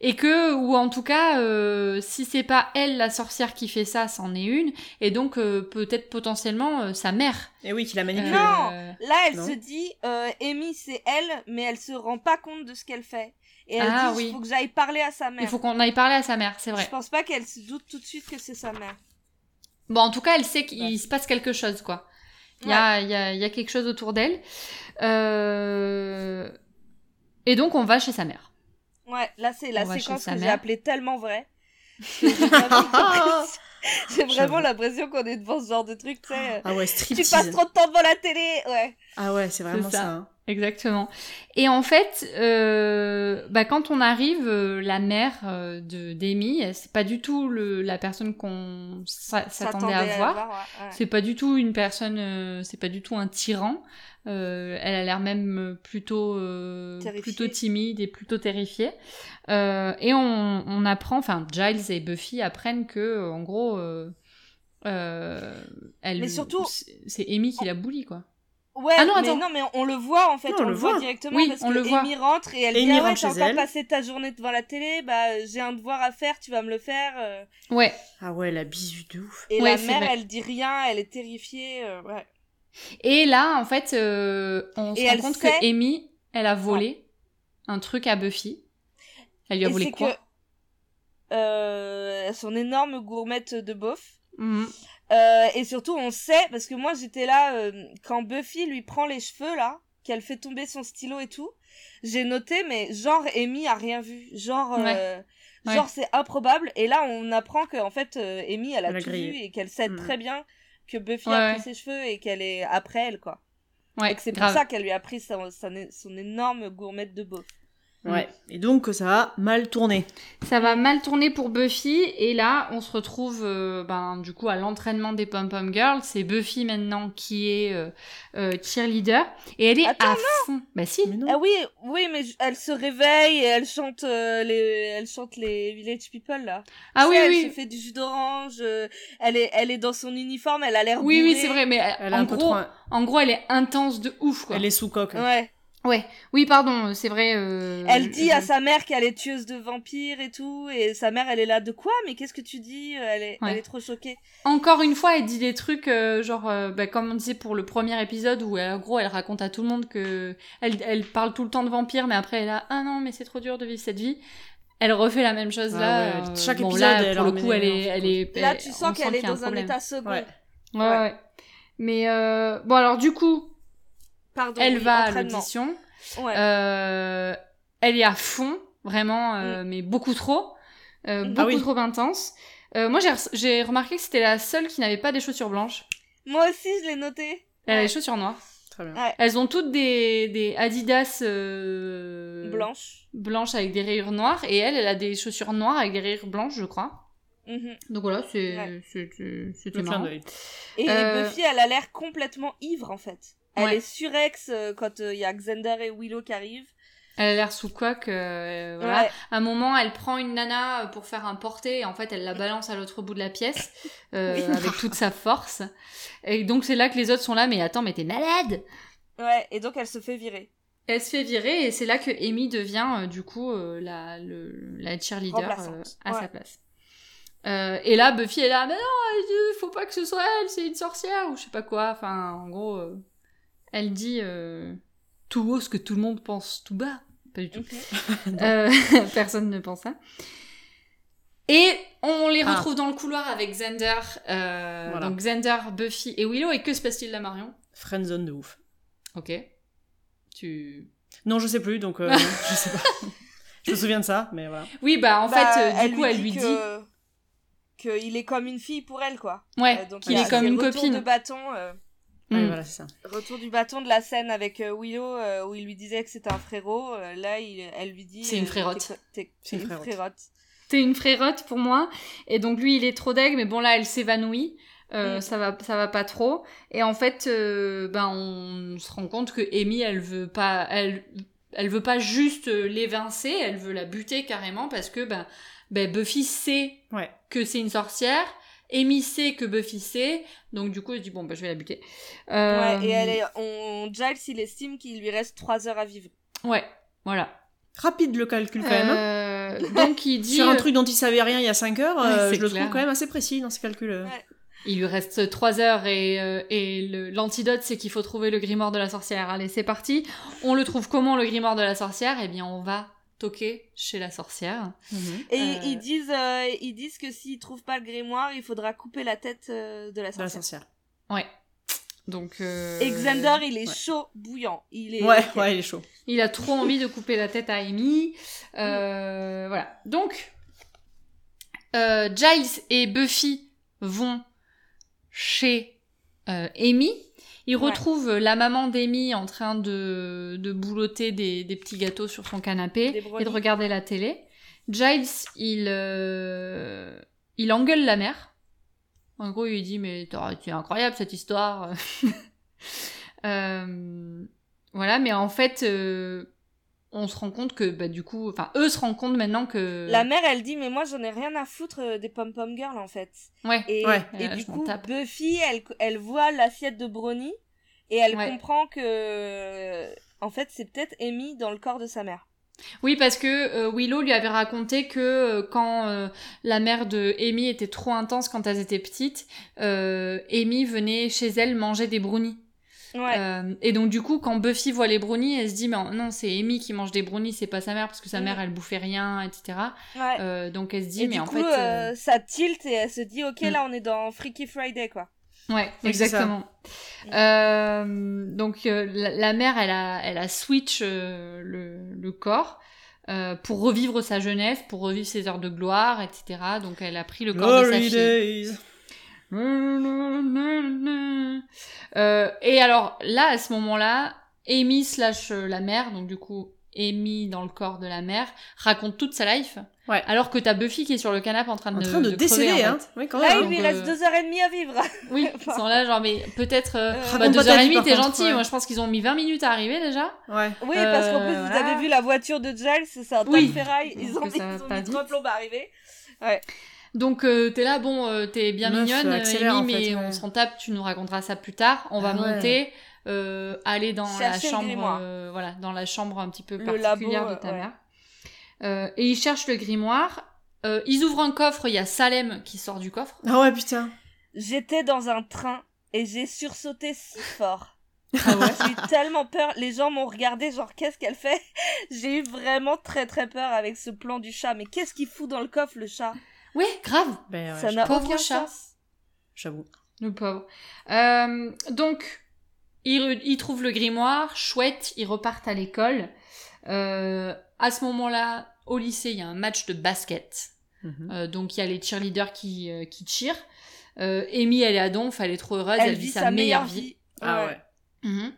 S3: Et que, ou en tout cas, euh, si c'est pas elle la sorcière qui fait ça, c'en est une, et donc euh, peut-être potentiellement euh, sa mère.
S2: Et Eh oui, qu'il a
S3: Euh,
S2: manipulé.
S4: Non. Là, elle
S2: Non.
S4: se dit, euh, Amy c'est elle, mais elle se rend pas compte de ce qu'elle fait et elle
S3: Ah,
S4: dit il
S3: oui.
S4: faut que j'aille parler à sa mère.
S3: Il faut qu'on aille parler à sa mère, c'est
S4: Je
S3: vrai.
S4: pense pas qu'elle se doute tout de suite que c'est sa mère.
S3: Bon, en tout cas, elle sait qu'il se passe quelque chose, quoi. Il y, a, il y, a, il y a quelque chose autour d'elle. Euh, Et donc, on va chez sa mère.
S4: Ouais, là c'est la
S3: On va chez
S4: séquence
S3: sa
S4: que j'ai
S3: mère.
S4: appelée tellement
S3: [LAUGHS]
S4: vrai. J'ai vraiment- [LAUGHS] j'ai vraiment l'impression qu'on est devant ce genre de truc,
S3: [GASPS]
S4: tu sais. euh,
S2: Ah ouais,
S4: Tu
S2: striptease.
S4: passes trop de temps devant la télé, ouais.
S2: Ah ouais, c'est vraiment
S3: C'est ça.
S2: ça. hein.
S3: Exactement. Et en fait, euh, bah, quand on arrive, euh, la mère euh, de d'Amy, elle- c'est pas du tout le, la personne qu'on s'a- s'attendait à, voir.
S4: ouais, ouais.
S3: C'est pas du tout une personne, euh, c'est pas du tout un tyran. Euh, elle a l'air même euh, plutôt, euh,
S4: Terrifiée.
S3: plutôt timide et plutôt terrifiée. Euh, et on, on apprend, enfin Giles et Buffy apprennent que, euh, en gros, euh, euh, elle,
S4: Mais surtout-
S3: c'est c'est Amy qui la bully quoi.
S4: Ouais,
S3: Ah non,
S4: mais
S3: attends.
S4: non, mais on le voit en fait,
S2: Non,
S4: on, le voit, directement
S3: Oui,
S4: parce
S3: on
S4: que
S3: le voit.
S4: Amy rentre et elle
S2: Amy
S4: dit ah ouais,
S2: rentre
S4: t'as
S2: chez
S4: encore
S2: elle.
S4: passé ta journée devant la télé, bah euh, j'ai un devoir à faire, tu vas me le faire. euh.
S3: Ouais.
S2: Ah ouais, la bisu de ouf.
S4: Et
S3: Ouais,
S4: la
S3: c'est
S4: mère,
S3: vrai.
S4: elle dit rien, elle est terrifiée, euh, ouais.
S3: Et là, en fait, euh, on
S4: Et
S3: se rend
S4: elle
S3: compte
S4: sait-
S3: que Amy, elle a volé un truc à Buffy. Elle lui a
S4: Et
S3: volé
S4: c'est
S3: quoi
S4: que, euh, son énorme gourmette de beauf.
S3: Mhm.
S4: Euh, et surtout, on sait, parce que moi j'étais là, euh, quand Buffy lui prend les cheveux là, qu'elle fait tomber son stylo et tout, j'ai noté, mais genre Amy a rien vu. Genre, euh,
S3: Ouais.
S4: genre
S3: Ouais.
S4: c'est improbable. Et là, on apprend qu'en fait, euh, Amy, elle a
S2: Elle a
S4: tout
S2: grillé.
S4: vu et qu'elle sait
S2: Mm.
S4: très bien que Buffy
S3: Ouais,
S4: a pris
S3: ouais.
S4: ses cheveux et qu'elle est après elle, quoi.
S3: Ouais,
S4: Et que c'est pour
S3: grave.
S4: ça qu'elle lui a pris son, son, son énorme gourmette de beauf.
S2: Ouais. Et donc, ça a mal tourné.
S3: Ça va mal tourner pour Buffy et là on se retrouve euh, ben, du coup à l'entraînement des Pom Pom Girls. C'est Buffy maintenant qui est euh, euh, cheerleader et elle est
S4: Attends,
S3: à fond. Bah si.
S2: Mais non.
S4: Ah oui, oui, mais j- elle se réveille et elle chante, euh, les, elle chante les Village People là.
S3: Ah
S4: Tu
S3: oui
S4: sais, elle
S3: oui.
S4: se fait du jus d'orange, euh, elle est, elle est dans son uniforme, elle a l'air
S3: Oui oui
S4: bourrée.
S3: c'est vrai mais euh,
S2: Elle a
S3: en
S2: un peu
S3: gros
S2: trop...
S3: en gros elle est intense de ouf quoi.
S2: Elle est sous
S3: Ah
S2: coque.
S4: Ouais.
S3: Oui pardon c'est vrai. euh,
S4: Elle
S3: je-
S4: dit à
S3: je-
S4: sa mère qu'elle est tueuse de vampires et tout, et sa mère elle est là de quoi Mais qu'est-ce que tu dis Elle est,
S3: Ouais.
S4: elle est trop choquée.
S3: Encore une fois, elle dit des trucs euh, genre, euh, bah, comme on disait pour le premier épisode où elle- en gros elle raconte à tout le monde que elle, elle parle tout le temps de vampires, mais après elle a ah non mais c'est trop dur de vivre cette vie. Elle refait la même chose
S2: Ah
S3: là.
S2: ouais,
S3: euh,
S2: chaque
S3: bon,
S2: épisode,
S3: là,
S2: elle
S3: pour le
S2: en
S3: coup,
S2: met
S3: elle
S2: des
S3: est,
S2: gens,
S3: elle
S2: je
S3: est.
S4: Là
S3: elle-
S4: tu
S3: on
S4: sens
S3: sent
S4: qu'elle
S3: qu'il
S4: est
S3: y a
S4: dans un
S3: problème.
S4: état second.
S2: Ouais.
S3: Ouais,
S4: ouais.
S3: ouais. Mais euh, bon alors du coup,
S4: Pardon.
S3: elle
S4: oui,
S3: va à
S4: entraînement.
S3: l'audition.
S4: Ouais.
S3: Euh, elle est à fond, vraiment, euh, mais beaucoup trop, euh,
S4: Mm.
S3: beaucoup
S2: Ah oui.
S3: trop intense. Euh, moi j'ai re- j'ai remarqué que c'était la seule qui n'avait pas des chaussures blanches.
S4: Moi aussi je l'ai noté.
S3: Elle a les chaussures noires.
S2: Très bien.
S3: Elles ont toutes des, des Adidas euh,
S4: Blanche.
S3: blanches avec des rayures noires et elle, elle a des chaussures noires avec des rayures blanches, je crois.
S4: Mhm.
S3: Donc voilà, c'est
S4: Ouais.
S3: c'est- c'est- c'était
S2: Le clin
S3: marrant.
S2: d'œil.
S4: Et
S3: Euh,
S4: Buffy, elle a l'air complètement ivre en fait. Elle
S3: Ouais.
S4: est surex euh, quand euh, il y a Xander et Willow qui arrivent.
S3: Elle a l'air sous coque. euh, voilà.
S4: Ouais.
S3: À un moment, elle prend une nana euh, pour faire un porté et en fait, elle la balance à l'autre bout de la pièce euh,
S4: Oui.
S3: avec toute sa force. Et donc c'est là que les autres sont là, mais attends, mais t'es malade
S4: ouais. Et donc elle se fait virer.
S3: Elle se fait virer et c'est là que Amy devient euh, du coup euh, la, le- la cheerleader euh,
S4: Remplaçante.
S3: à
S4: Ouais.
S3: sa place. Euh, et là, Buffy est là, mais non, il faut pas que ce soit elle, c'est une sorcière, ou je sais pas quoi. Enfin, en gros, euh, elle dit euh, tout haut ce que tout le monde pense tout bas. Pas du tout. Euh, [LAUGHS] personne ne pense ça. Et on les
S2: Ah.
S3: retrouve dans le couloir avec Xander. euh,
S2: Voilà.
S3: Donc Xander, Buffy et Willow. Et que se passe-t-il là, Marion
S2: Friendzone de ouf.
S3: Ok. Tu.
S2: Non, je sais plus, donc
S3: [LAUGHS]
S2: euh, je sais pas. Je me souviens de ça, mais voilà.
S3: Oui, bah en
S4: Bah,
S3: fait, euh, du coup, elle lui dit.
S4: que... qu'il est comme une fille pour elle, quoi.
S3: Ouais,
S4: Euh, donc,
S3: qu'il
S4: il y a
S3: est comme
S4: des
S3: une
S4: retours
S3: copine.
S4: De bâton, euh,
S2: Ouais,
S3: Mm.
S2: voilà, c'est ça.
S4: retour du bâton de la scène avec euh, Willow euh, où il lui disait que c'était un frérot. euh, là, il, elle lui dit.
S3: C'est une
S4: euh,
S3: frérotte.
S4: t'es co- t'es-
S2: C'est
S4: C'est
S2: une
S4: une
S2: frérotte.
S4: frérotte.
S3: T'es une frérotte pour moi. Et donc lui, il est trop deg, mais bon là, elle s'évanouit. Euh,
S4: Mm.
S3: Ça va, ça va pas trop. Et en fait, euh, ben on se rend compte que Amy, elle veut pas, elle, elle veut pas juste euh, l'évincer, elle veut la buter carrément parce que ben, ben Buffy sait
S2: Ouais.
S3: que c'est une sorcière. Amy sait que Buffy sait, donc du coup elle se dit bon bah je vais la buter. Euh,
S4: Ouais, et elle est, on, Giles, il estime qu'il lui reste 3 heures à vivre.
S3: Ouais, voilà.
S2: Rapide le calcul quand même. hein.
S3: Euh, donc
S4: [LAUGHS]
S3: il dit
S2: Sur un
S3: euh,
S2: truc dont il savait rien il y a 5 heures,
S3: Ouais,
S2: euh,
S3: c'est
S2: je le
S3: clair.
S2: trouve quand même assez précis dans ses calculs. euh.
S4: Ouais.
S3: Il lui reste 3 heures et, euh, et le- l'antidote, c'est qu'il faut trouver le grimoire de la sorcière. Allez, c'est parti. On le trouve comment le grimoire de la sorcière Eh bien, on va toquer chez la sorcière.
S4: Et
S3: Euh.
S4: ils, disent, euh, ils disent que s'ils trouvent pas le grimoire, il faudra couper la tête euh, de la
S2: De la
S4: sorcière.
S2: sorcière.
S3: Ouais. Donc. euh,
S4: Et Xander, il est
S2: ouais.
S4: chaud, bouillant. Il est.
S2: Ouais,
S4: ok.
S2: ouais, il est chaud.
S3: Il a trop envie de couper la tête à Amy. Euh, Voilà. Donc, euh, Giles et Buffy vont chez euh, Amy. Ils
S4: Ouais.
S3: retrouvent la maman d'Amy en train de, de boulotter des, des petits gâteaux sur son
S4: Des
S3: canapé
S4: brownies.
S3: et de regarder la télé. Giles, il, euh, il engueule la mère. En gros, il lui dit Mais t'as- c'est incroyable cette histoire. Euh, voilà, mais en fait, euh, on se rend compte que, bah, du coup, enfin, eux se rendent compte maintenant que.
S4: La mère, elle dit, mais moi, j'en ai rien à foutre euh, des pom-pom girls, en fait.
S3: Ouais.
S4: Et,
S2: Ouais.
S4: et
S3: Euh,
S4: du
S3: je m'en
S4: coup,
S3: tape.
S4: Buffy, elle, elle voit l'assiette de brownie et elle
S3: Ouais.
S4: comprend que, euh, en fait, c'est peut-être Amy dans le corps de sa mère.
S3: Oui, parce que euh, Willow lui avait raconté que euh, quand euh, la mère de Amy était trop intense quand elles étaient petites, euh, Amy venait chez elle manger des brownies.
S4: Ouais.
S3: Euh, et donc du coup, quand Buffy voit les brownies, elle se dit mais non, c'est Amy qui mange des brownies, c'est pas sa mère parce que sa
S4: Mm.
S3: mère elle bouffait rien, etc.
S4: ouais.
S3: Euh, donc elle se dit
S4: et
S3: mais
S4: du
S3: en
S4: coup,
S3: fait, euh,
S4: euh, ça tilt et elle se dit, ok,
S3: Mm.
S4: là, on est dans Freaky Friday, quoi.
S3: Ouais,
S2: Oui, c'est ça.
S3: exactement. Euh, donc euh, la, la mère, elle a, elle a switch euh, le, le corps euh, pour revivre sa jeunesse, pour revivre ses heures de gloire, etc. Donc elle a pris le corps de sa
S2: Glory
S3: fille.
S2: days.
S3: Euh, et alors là, à ce moment-là, Amy slash euh, la mère, donc du coup Amy dans le corps de la mère, raconte toute sa life.
S2: Ouais.
S3: Alors que t'as Buffy qui est sur le canapé en train de,
S2: En train de,
S3: crever,
S2: décéder,
S3: en fait.
S2: hein. Oui, quand
S4: Là,
S2: même.
S4: il
S2: hein.
S3: oui.
S4: lui
S3: donc,
S4: reste
S3: euh,
S4: deux heures et demie à vivre.
S3: Oui, ils sont là, genre, mais peut-être. Euh,
S4: Euh,
S3: bah,
S2: Raconte pas ta vie,
S3: 2h30,
S2: par
S3: t'es
S2: contre,
S3: gentil.
S2: ouais.
S3: Moi, je pense qu'ils ont mis 20 minutes à arriver déjà.
S2: Ouais.
S4: Oui, parce qu'en plus,
S3: Euh,
S4: vous
S3: voilà.
S4: avez vu la voiture de Giles, c'est un tas
S3: Oui.
S4: de ferraille. Ils
S3: Donc,
S4: ont mis,
S3: ça va
S4: ils ont
S3: pas
S4: mis
S3: vite.
S4: trois plombes à arriver.
S3: Donc, euh, t'es là, bon, euh, t'es bien
S2: Meuf,
S3: mignonne, euh,
S2: accélère,
S3: Amy,
S2: en fait,
S3: mais
S2: ouais.
S3: on s'en tape, tu nous raconteras ça plus tard. On va
S2: Ah ouais.
S3: monter, euh, aller dans
S4: Chercher
S3: la
S4: le
S3: chambre,
S4: grimoire.
S3: euh, voilà, dans la chambre un petit peu
S4: Le
S3: particulière
S4: labo,
S3: de ta
S4: euh, ouais.
S3: mère. Euh, et ils cherchent le grimoire. Euh, ils ouvrent un coffre, il y a Salem qui sort du coffre.
S2: Ah ouais, putain.
S4: J'étais dans un train et j'ai sursauté si fort.
S3: Ah ouais.
S4: J'ai eu tellement peur, les gens m'ont regardé genre qu'est-ce qu'elle fait [LAUGHS] J'ai eu vraiment très très peur avec ce plan du chat, mais qu'est-ce qu'il fout dans le coffre le chat
S3: ouais, grave,
S2: Ben ouais,
S4: Ça n'a
S3: pauvre
S4: aucun
S3: chat.
S4: sens.
S2: j'avoue.
S3: le pauvre. Euh, donc, ils, ils trouvent le grimoire, chouette, ils repartent à l'école. Euh, à ce moment-là, au lycée, il y a un match de basket.
S2: Mhm.
S3: Euh, donc il y a les cheerleaders qui, euh, qui cheerent. Euh, Amy, elle est à Donf, elle est trop heureuse, elle, vit, sa, meilleure vie.
S2: Ah ouais.
S3: Mhm.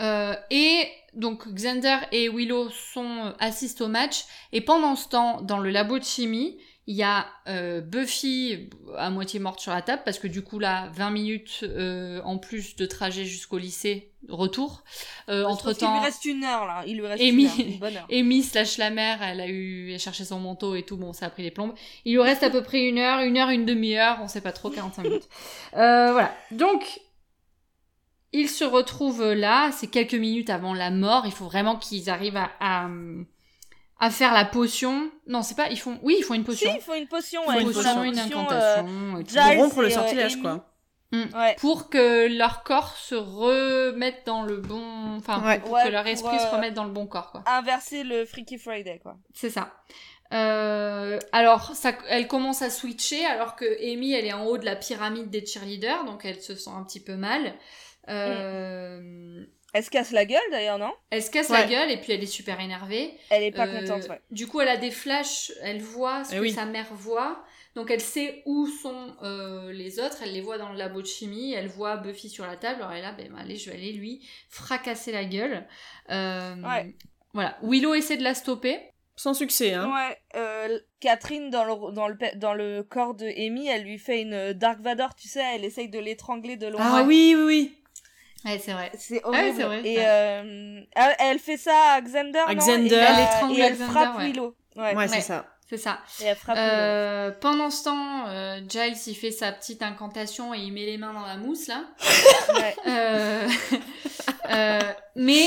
S3: Euh, et donc Xander et Willow sont euh, assistent au match et pendant ce temps dans le labo de chimie il y a euh, Buffy euh, à moitié morte sur la table parce que du coup là 20 minutes euh, en plus de trajet jusqu'au lycée retour Euh, entre
S4: Il lui
S3: temps
S4: reste une heure là, il lui reste
S3: Amy-
S4: une, heure,
S3: [LAUGHS]
S4: une bonne heure.
S3: Amy slash la mère, elle a eu elle cherché son manteau et tout, bon, ça a pris les plombes. Il lui reste à peu près une heure, une heure, une demi-heure, on sait pas trop, 45
S4: [LAUGHS]
S3: minutes. Euh, voilà. Donc, ils se retrouvent là, c'est quelques minutes avant la mort, il faut vraiment qu'ils arrivent à, à, à faire la potion. Non, c'est pas. Ils font. Oui, ils font une
S4: Si,
S3: potion.
S4: ils font une potion,
S2: Ils font
S4: ouais,
S2: une
S4: ils font
S2: potion,
S4: la
S3: une
S4: potion, euh,
S3: incantation. et tout.
S4: Jack- Giles
S2: Pour rompre le
S4: et, euh,
S2: sortilège,
S4: Amy.
S2: quoi.
S4: euh, ouais.
S3: Pour que leur corps se remette dans le bon. Enfin,
S2: Ouais.
S3: pour
S4: Ouais,
S3: que leur esprit
S4: pour,
S3: se
S4: euh,
S3: remette dans le bon corps, quoi.
S4: Inverser le Freaky Friday, quoi.
S3: C'est ça. Euh, alors, ça, elle commence à switcher alors que Amy, elle est en haut de la pyramide des cheerleaders, donc elle se sent un petit peu mal. Euh,
S4: Elle se casse la gueule, d'ailleurs, non
S3: Elle se casse la
S2: Ouais.
S3: gueule et puis elle est super énervée.
S4: Elle est pas
S3: Euh,
S4: contente, ouais.
S3: Du coup, elle a des flashs, elle voit ce
S2: Eh
S3: que
S2: oui.
S3: sa mère voit. Donc, elle sait où sont euh, les autres. Elle les voit dans le labo de chimie. Elle voit Buffy sur la table. Alors, elle est là, ben, ben, allez, je vais aller lui fracasser la gueule. Euh,
S4: Ouais.
S3: Voilà. Willow essaie de la stopper.
S2: Sans succès, hein.
S4: Ouais, euh, Catherine, dans le, dans, le, pe- dans le corps de Amy, elle lui fait une euh, Dark Vador, tu sais, elle essaye de l'étrangler de loin.
S2: Ah oui, oui, oui.
S3: Ouais, c'est vrai.
S4: C'est
S3: ouais,
S4: horrible.
S3: c'est vrai,
S4: et
S3: ouais.
S4: euh, elle- elle fait ça à Xander,
S2: À
S4: non
S2: Xander.
S4: Et, euh,
S3: Elle étrangle
S4: et elle
S3: Xander,
S4: frappe
S3: ouais.
S4: Willow.
S2: Ouais,
S4: Ouais,
S2: c'est
S3: Ouais.
S2: ça.
S3: C'est ça.
S4: et elle frappe Willow.
S3: Euh, pendant ce temps, euh, Giles il fait sa petite incantation et il met les mains dans la mousse là.
S4: Ouais.
S3: Euh, [LAUGHS] euh, mais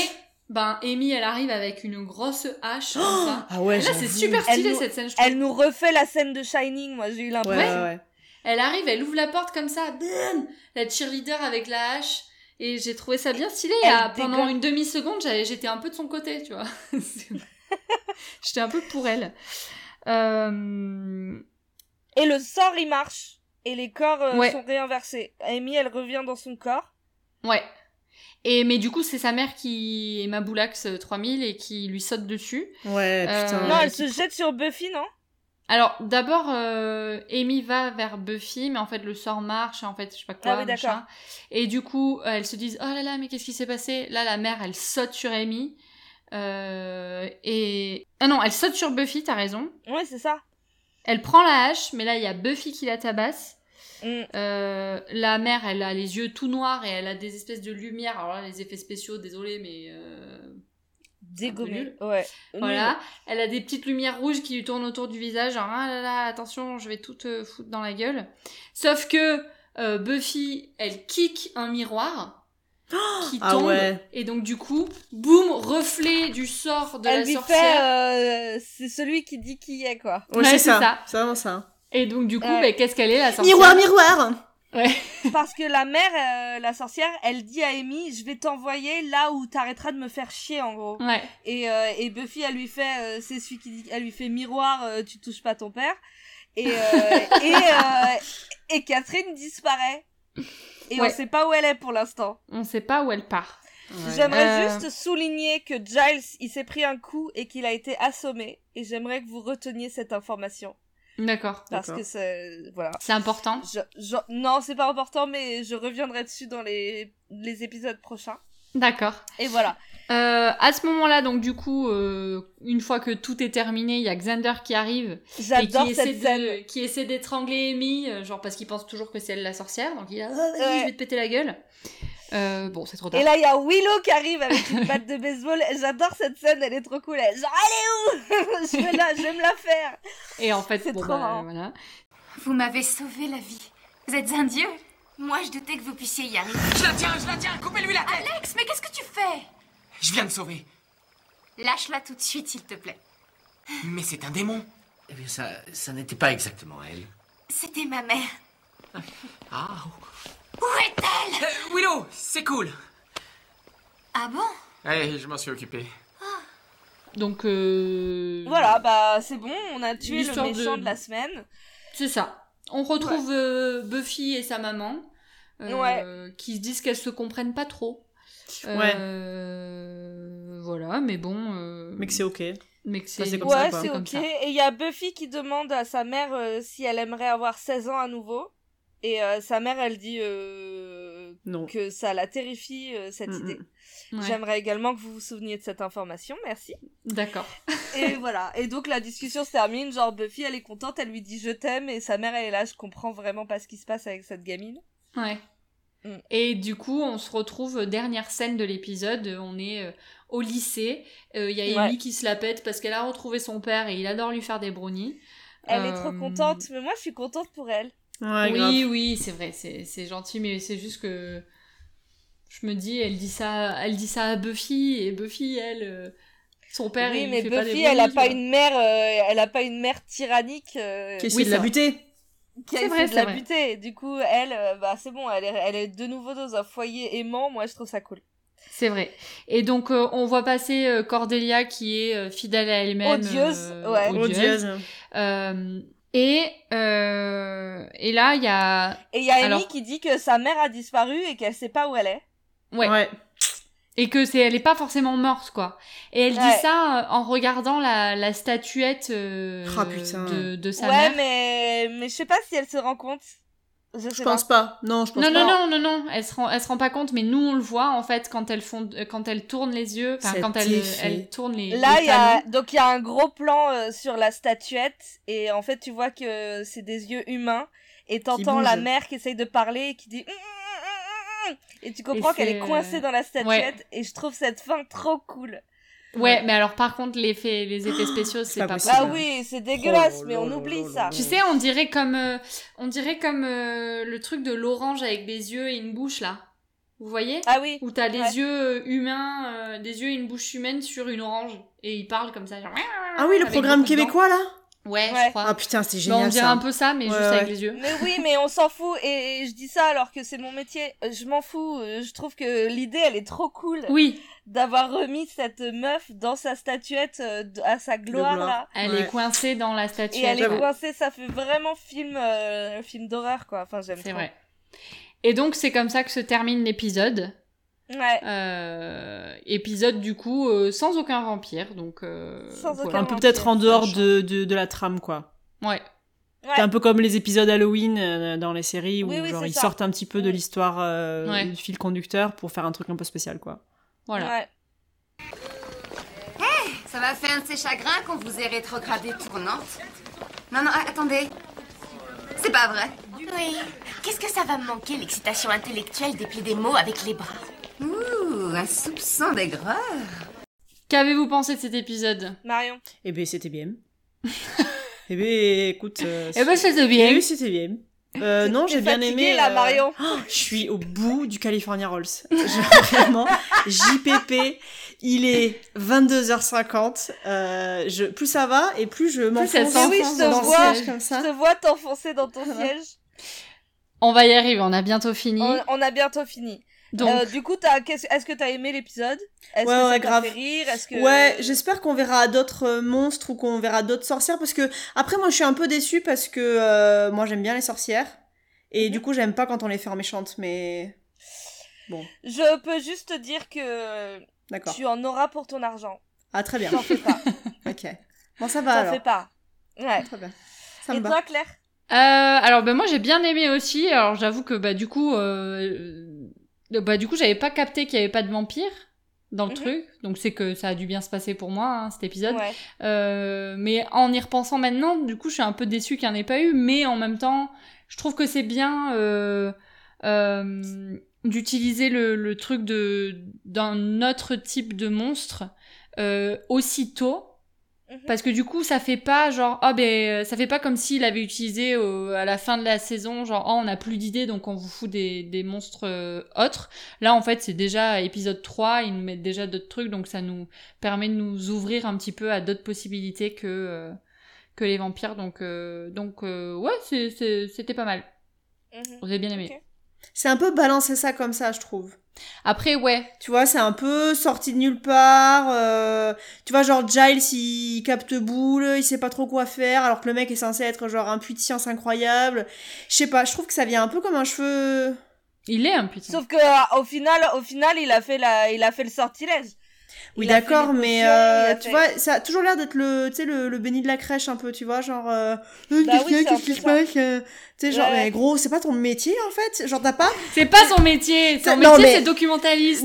S3: ben Amy elle arrive avec une grosse hache comme
S4: [GASPS]
S3: ça.
S2: Ah ouais,
S3: Et Là c'est
S2: j'avoue.
S3: super stylé
S4: Elle nous-
S3: cette scène. Je trouve.
S4: Elle nous refait la scène de Shining, moi, j'ai eu
S2: Ouais,
S4: l'impression.
S2: ouais, ouais.
S3: Elle arrive, elle ouvre la porte comme ça, bam, la cheerleader avec la hache. Et j'ai trouvé ça bien stylé.
S4: Elle
S3: Ah, pendant
S4: dégomme.
S3: une demi seconde, j'étais un peu de son côté, tu vois. [LAUGHS]
S4: [LAUGHS]
S3: C'est- j'étais un peu pour elle. Euh,
S4: Et le sort, il marche. Et les corps euh,
S3: Ouais.
S4: sont réinversés. Amy, elle revient dans son corps.
S3: Ouais. Et mais du coup, c'est sa mère qui est Maboulax 3000 et qui lui saute dessus.
S2: Ouais,
S3: Euh,
S2: putain.
S4: non,
S3: ouais,
S4: elle
S3: qui
S4: se jette sur Buffy, non
S3: Alors d'abord, euh, Amy va vers Buffy, mais en fait le sort marche, en fait je sais pas quoi,
S4: Ah oui, d'accord.
S3: machin. Et du coup, euh, elles se disent oh là là, mais qu'est-ce qui s'est passé Là, la mère, elle saute sur Amy. Euh, et ah non, elle saute sur Buffy. T'as raison.
S4: Ouais, c'est ça.
S3: Elle prend la hache, mais là il y a Buffy qui la tabasse.
S4: Mm.
S3: Euh, la mère, elle a les yeux tout noirs et elle a des espèces de lumières. Alors là, les effets spéciaux, désolé, mais euh,
S4: Dégommée.
S3: nul.
S4: Ouais.
S3: Voilà, elle a des petites lumières rouges qui lui tournent autour du visage, genre ah là là, attention, je vais tout te foutre dans la gueule. Sauf que euh, Buffy, elle kick un miroir qui tombe,
S2: Ah ouais.
S3: et donc du coup, boum, reflet du sort de
S4: elle
S3: la
S4: lui
S3: sorcière.
S4: fait. euh, c'est celui qui dit qui
S3: [LAUGHS]
S4: est, quoi.
S2: Ouais,
S3: Ouais,
S2: c'est
S3: c'est
S2: ça.
S3: ça.
S2: C'est vraiment ça.
S3: Et donc du coup,
S4: Ouais.
S3: bah, qu'est-ce qu'elle est la sorcière
S2: Miroir, miroir
S4: Parce que la mère, euh, la sorcière, elle dit à Amy Je vais t'envoyer là où t'arrêteras de me faire chier, en gros.
S3: Ouais,
S4: Et, euh, et Buffy, elle lui fait, euh, c'est celui qui dit, elle lui fait miroir, euh, tu touches pas ton père. Et, euh, et, euh, et Catherine disparaît. Et
S3: Ouais.
S4: on sait pas où elle est pour l'instant.
S3: on sait pas où elle part.
S4: J'aimerais
S3: Euh.
S4: juste souligner que Giles, il s'est pris un coup et qu'il a été assommé. Et j'aimerais que vous reteniez cette information.
S3: D'accord,
S4: Parce
S2: D'accord.
S4: que c'est, voilà.
S3: c'est important.
S4: Je- je- non, c'est pas important, mais je reviendrai dessus dans les, les épisodes prochains.
S3: D'accord.
S4: Et voilà.
S3: Euh, à ce moment-là, donc du coup, euh, une fois que tout est terminé, il y a Xander qui arrive Et
S4: J'adore
S3: qui essaie
S4: cette
S3: de-
S4: scène.
S3: qui essaie d'étrangler Amy, euh, genre parce qu'il pense toujours que c'est elle la sorcière, donc il a
S4: Ouais.
S3: je vais te péter la gueule. Euh, bon, c'est trop tard.
S4: Et là, il y a Willow qui arrive avec une batte de baseball. J'adore cette scène, elle est trop cool. Elle est genre, allez où [LAUGHS] Je vais là, je vais me la faire.
S3: Et en fait,
S4: C'est
S3: bon,
S4: trop
S3: bah,
S4: marrant.
S3: voilà.
S6: Vous m'avez sauvé la vie. Vous êtes un dieu Moi, je doutais que vous puissiez y arriver.
S7: Je la tiens, je la tiens, coupez-lui la tête
S6: Alex, mais qu'est-ce que tu fais
S7: Je viens de sauver.
S6: Lâche-la tout de suite, s'il te plaît.
S7: Mais c'est un démon.
S5: Eh bien, ça, ça n'était pas exactement elle.
S6: C'était ma mère.
S7: Ah.
S6: Où est-elle
S7: Euh, Willow, c'est cool.
S6: Ah bon
S7: Allez, je m'en suis occupé.
S3: Donc, euh,
S4: Voilà, bah c'est bon, on a tué le
S3: L'histoire de-
S4: méchant de... la semaine.
S3: C'est ça. On retrouve euh, Buffy et sa maman, euh, qui se disent qu'elles se comprennent pas trop.
S2: Ouais.
S3: Euh, Voilà, mais bon. euh,
S2: Mais que c'est ok.
S3: mais que c'est
S2: c'est comme ça,
S4: Ouais,
S2: quoi.
S4: c'est
S3: comme
S4: ok.
S3: ça.
S4: Et il y a Buffy qui demande à sa mère euh, si elle aimerait avoir 16 ans à nouveau. Et euh, sa mère, elle dit euh,
S2: Non.
S4: que ça la terrifie, euh, cette
S2: Mm,
S4: idée.
S3: Ouais,
S4: J'aimerais également que vous vous souveniez de cette information, merci.
S3: D'accord.
S4: Et voilà, et donc la discussion se termine, genre Buffy, elle est contente, elle lui dit je t'aime, et sa mère, elle est là, je comprends vraiment pas ce qui se passe avec cette gamine.
S3: Ouais.
S4: Mm.
S3: Et du coup, on se retrouve euh, dernière scène de l'épisode. euh, On est euh, au lycée. Euh, Il y a Amy
S4: Ouais.
S3: qui se la pète parce qu'elle a retrouvé son père et il adore lui faire des brownies.
S4: Elle est
S3: Euh,
S4: trop contente, mais moi je suis contente pour elle.
S2: Ouais,
S3: oui,
S2: Ah, grave.
S3: oui, c'est vrai, c'est c'est gentil, mais c'est juste que je me dis, elle dit ça, elle dit ça à Buffy et Buffy, elle, euh, Son père,
S4: oui,
S3: il
S4: mais
S3: fait pas des
S4: Buffy,
S3: bruits,
S4: elle a
S3: tu
S4: pas
S3: vois.
S4: une mère, euh, elle a pas une mère tyrannique euh,
S2: Qui
S3: Oui,
S2: essaie de
S3: c'est
S2: la
S3: vrai.
S2: buter.
S4: qui a
S3: C'est
S4: essayé
S3: vrai,
S4: de
S3: c'est
S4: la
S3: vrai.
S4: buter. Du coup, elle, euh, bah c'est bon, elle est, elle est de nouveau dans un foyer aimant. Moi, je trouve ça cool.
S3: C'est vrai. Et donc, euh, on voit passer euh, Cordelia qui est euh, fidèle à elle-même.
S4: Odieuse, ouais.
S3: odieuse.
S2: Odieuse.
S3: Euh, et, euh, et là, il y a.
S4: Et il y a Amy
S3: Alors-
S4: qui dit que sa mère a disparu et qu'elle sait pas où elle est.
S3: Ouais.
S2: Ouais.
S3: Et que c'est, elle est pas forcément morte, quoi. Et elle
S4: Ouais.
S3: dit ça euh, en regardant la, la statuette euh,
S2: Ah, putain.
S3: de, de sa
S4: ouais,
S3: mère.
S4: mais mais je sais pas si elle se rend compte. Je sais
S2: Je pense pas. Non, je pense
S3: Non,
S2: pas.
S3: non, non, non, non, elle se, rend, elle se rend pas compte, mais nous on le voit en fait quand elle, fond, euh, quand elle tourne les yeux, enfin
S2: Cet
S3: quand elle,
S2: effet.
S3: elle tourne les,
S4: pas. Là,
S3: les
S4: il y a
S3: talons.
S4: donc il y a un gros plan euh, sur la statuette et en fait, tu vois que c'est des yeux humains et t'entends
S2: bougent.
S4: la mère qui essaye de parler et qui dit. Hum, hum, hum, hum Et tu comprends
S3: Et
S4: qu'elle
S3: c'est,
S4: est coincée
S3: euh,
S4: dans la statuette et je trouve cette fin trop cool.
S3: Ouais, mais alors par contre, les effets, les
S4: [GASPS]
S3: effets spéciaux, c'est Oh,
S2: pas
S3: pas,
S2: possible.
S4: Bah
S3: possible.
S4: oui, c'est dégueulasse, mais on oublie ça.
S3: Tu sais, on dirait comme, euh, on dirait comme euh, le truc de l'orange avec des yeux et une bouche là. Vous voyez
S4: Ah oui,
S3: Où t'as les
S4: Ouais.
S3: yeux humains, euh, des yeux et une bouche humaine sur une orange. Et ils parlent comme ça. genre,
S2: Ah oui, le
S3: avec
S2: programme
S3: beaucoup de dents.
S2: québécois là
S3: Ouais,
S4: Ouais.
S3: je crois.
S2: Ah putain, c'est
S3: Bah,
S2: génial
S3: on dirait
S2: ça.
S3: un peu ça, mais
S2: Ouais,
S3: juste avec
S2: ouais.
S3: les yeux.
S4: Mais oui, mais on s'en fout et je dis ça alors que c'est mon métier. Euh, Je m'en fous. euh, Je trouve que l'idée elle est trop cool
S3: Oui,
S4: d'avoir remis cette meuf dans sa statuette euh, d- à sa gloire
S2: gloire.
S4: là.
S3: elle
S2: Ouais.
S3: est coincée dans la statue.
S4: Et elle est
S2: J'avoue.
S4: coincée, ça fait vraiment film euh, film d'horreur quoi. Enfin j'aime
S3: C'est
S4: trop.
S3: vrai. Et donc c'est comme ça que se termine l'épisode.
S4: Ouais.
S3: Euh, épisode du coup euh, sans aucun vampire, donc. euh,
S4: Sans aucun
S2: Un
S3: voilà.
S2: peu peut-être en dehors de, de, de la trame quoi.
S3: Ouais.
S2: C'est
S4: Ouais.
S2: un peu comme les épisodes Halloween euh, dans les séries où
S4: Oui, oui,
S2: genre
S4: c'est
S2: ils
S4: ça.
S2: sortent un petit peu de
S4: Oui.
S2: l'histoire euh,
S3: Ouais.
S2: du fil conducteur pour faire un truc un peu spécial quoi.
S3: Voilà.
S4: Ouais.
S6: Ça va faire un de ces chagrins qu'on vous ait rétrogradé tournante. Non, non, attendez. C'est pas vrai.
S9: Oui. Qu'est-ce que ça va me manquer, l'excitation intellectuelle des pieds des mots avec les bras
S6: Ouh, un soupçon d'aigreur.
S3: Qu'avez-vous pensé de cet épisode
S4: Marion.
S2: Eh ben c'était
S4: [LAUGHS]
S2: bien. eh ben écoute. euh,
S3: Eh ben c'était bien.
S2: Eh oui, c'était bien. Euh, non,
S4: T'es
S2: j'ai bien
S4: fatiguée,
S2: aimé.
S4: là,
S2: euh,
S4: Marion.
S2: [GASPS] oh, je suis au bout du California
S4: [LAUGHS]
S2: Rolls. Je- vraiment, JPP, il est 22h50. Euh, je, plus ça va et plus je
S3: ça
S2: m'enfonce
S3: s'enfonce
S4: Oui, je te
S2: dans le
S4: vois.
S2: siège comme ça.
S4: Je te vois t'enfoncer
S2: [LAUGHS]
S4: dans ton siège.
S3: On va y arriver, on a bientôt fini.
S4: On, on a bientôt fini.
S3: Donc
S4: Oh, Euh, du coup, t'as- qu'est-ce- est-ce que t'as aimé l'épisode
S2: Ouais,
S4: Est-ce que
S2: ouais,
S4: ça t'a
S2: grave.
S4: fait rire Est-ce que
S2: Ouais, j'espère qu'on verra d'autres euh, monstres ou qu'on verra d'autres sorcières parce que après moi je suis un peu déçue parce que euh, moi j'aime bien les sorcières et
S4: Mhm.
S2: du coup j'aime pas quand on les fait en méchante mais
S4: Je peux juste te dire que
S2: d'accord.
S4: tu en auras pour ton argent.
S2: Ah très bien.
S4: T'en
S2: [LAUGHS]
S4: fais pas.
S2: OK. Bon ça va
S4: T'en
S2: Bah alors.
S4: fais pas. Ouais.
S2: Très bien. Ça
S4: Et
S2: me va.
S4: toi, Claire
S3: Euh, alors ben moi j'ai bien aimé aussi. Alors j'avoue que bah du coup euh, euh, bah du coup j'avais pas capté qu'il y avait pas de vampire dans le
S4: Mhm.
S3: truc, donc c'est que ça a dû bien se passer pour moi hein, cet épisode.
S4: Ouais.
S3: Euh, mais en y repensant maintenant, du coup je suis un peu déçue qu'il n'y en ait pas eu, mais en même temps je trouve que c'est bien euh, euh, d'utiliser le, le truc de d'un autre type de monstre euh, aussitôt.
S4: Mhm.
S3: Parce que du coup, ça fait pas genre ah ben euh, ça fait pas comme s'il avait utilisé euh, à la fin de la saison genre ah on n'a plus d'idées donc on vous fout des, des monstres euh, autres. Là en fait, c'est déjà épisode 3, ils nous mettent déjà d'autres trucs donc ça nous permet de nous ouvrir un petit peu à d'autres possibilités que euh, que les vampires donc euh, donc euh, ouais, c'est- c'est- c'était pas mal.
S4: Mhm.
S3: J'ai bien aimé.
S4: Ok.
S2: C'est un peu balancer ça comme ça, je trouve.
S3: Après ouais,
S2: Tu vois, c'est un peu sorti de nulle part. euh, tu vois, genre Giles, il capte boule, il sait pas trop quoi faire, alors que le mec est censé être genre un puits de science incroyable. Je sais pas, je trouve que ça vient un peu comme un cheveu.
S3: il est un putain.
S4: Sauf que euh, au final, au final, il a fait la, il a fait le sortilège.
S2: Oui,
S4: Il a fait
S2: d'accord,
S4: les
S2: mais
S4: potions,
S2: euh,
S4: il a
S2: tu
S4: fait-
S2: vois, ça a toujours l'air d'être le, tu sais, le, le béni de la crèche un peu, tu vois, genre. euh, Euh,
S4: Bah oui,
S2: qu'est-ce qu'il y a,
S4: c'est un
S2: qu'est-ce qui
S4: peu
S2: se
S4: ça.
S2: passe euh, Tu sais, genre,
S4: Ouais.
S2: mais gros, c'est pas ton métier en fait. Genre, t'as pas
S3: C'est pas son métier,
S2: Ça-
S3: son
S2: non,
S3: métier
S2: mais-
S3: c'est documentaliste.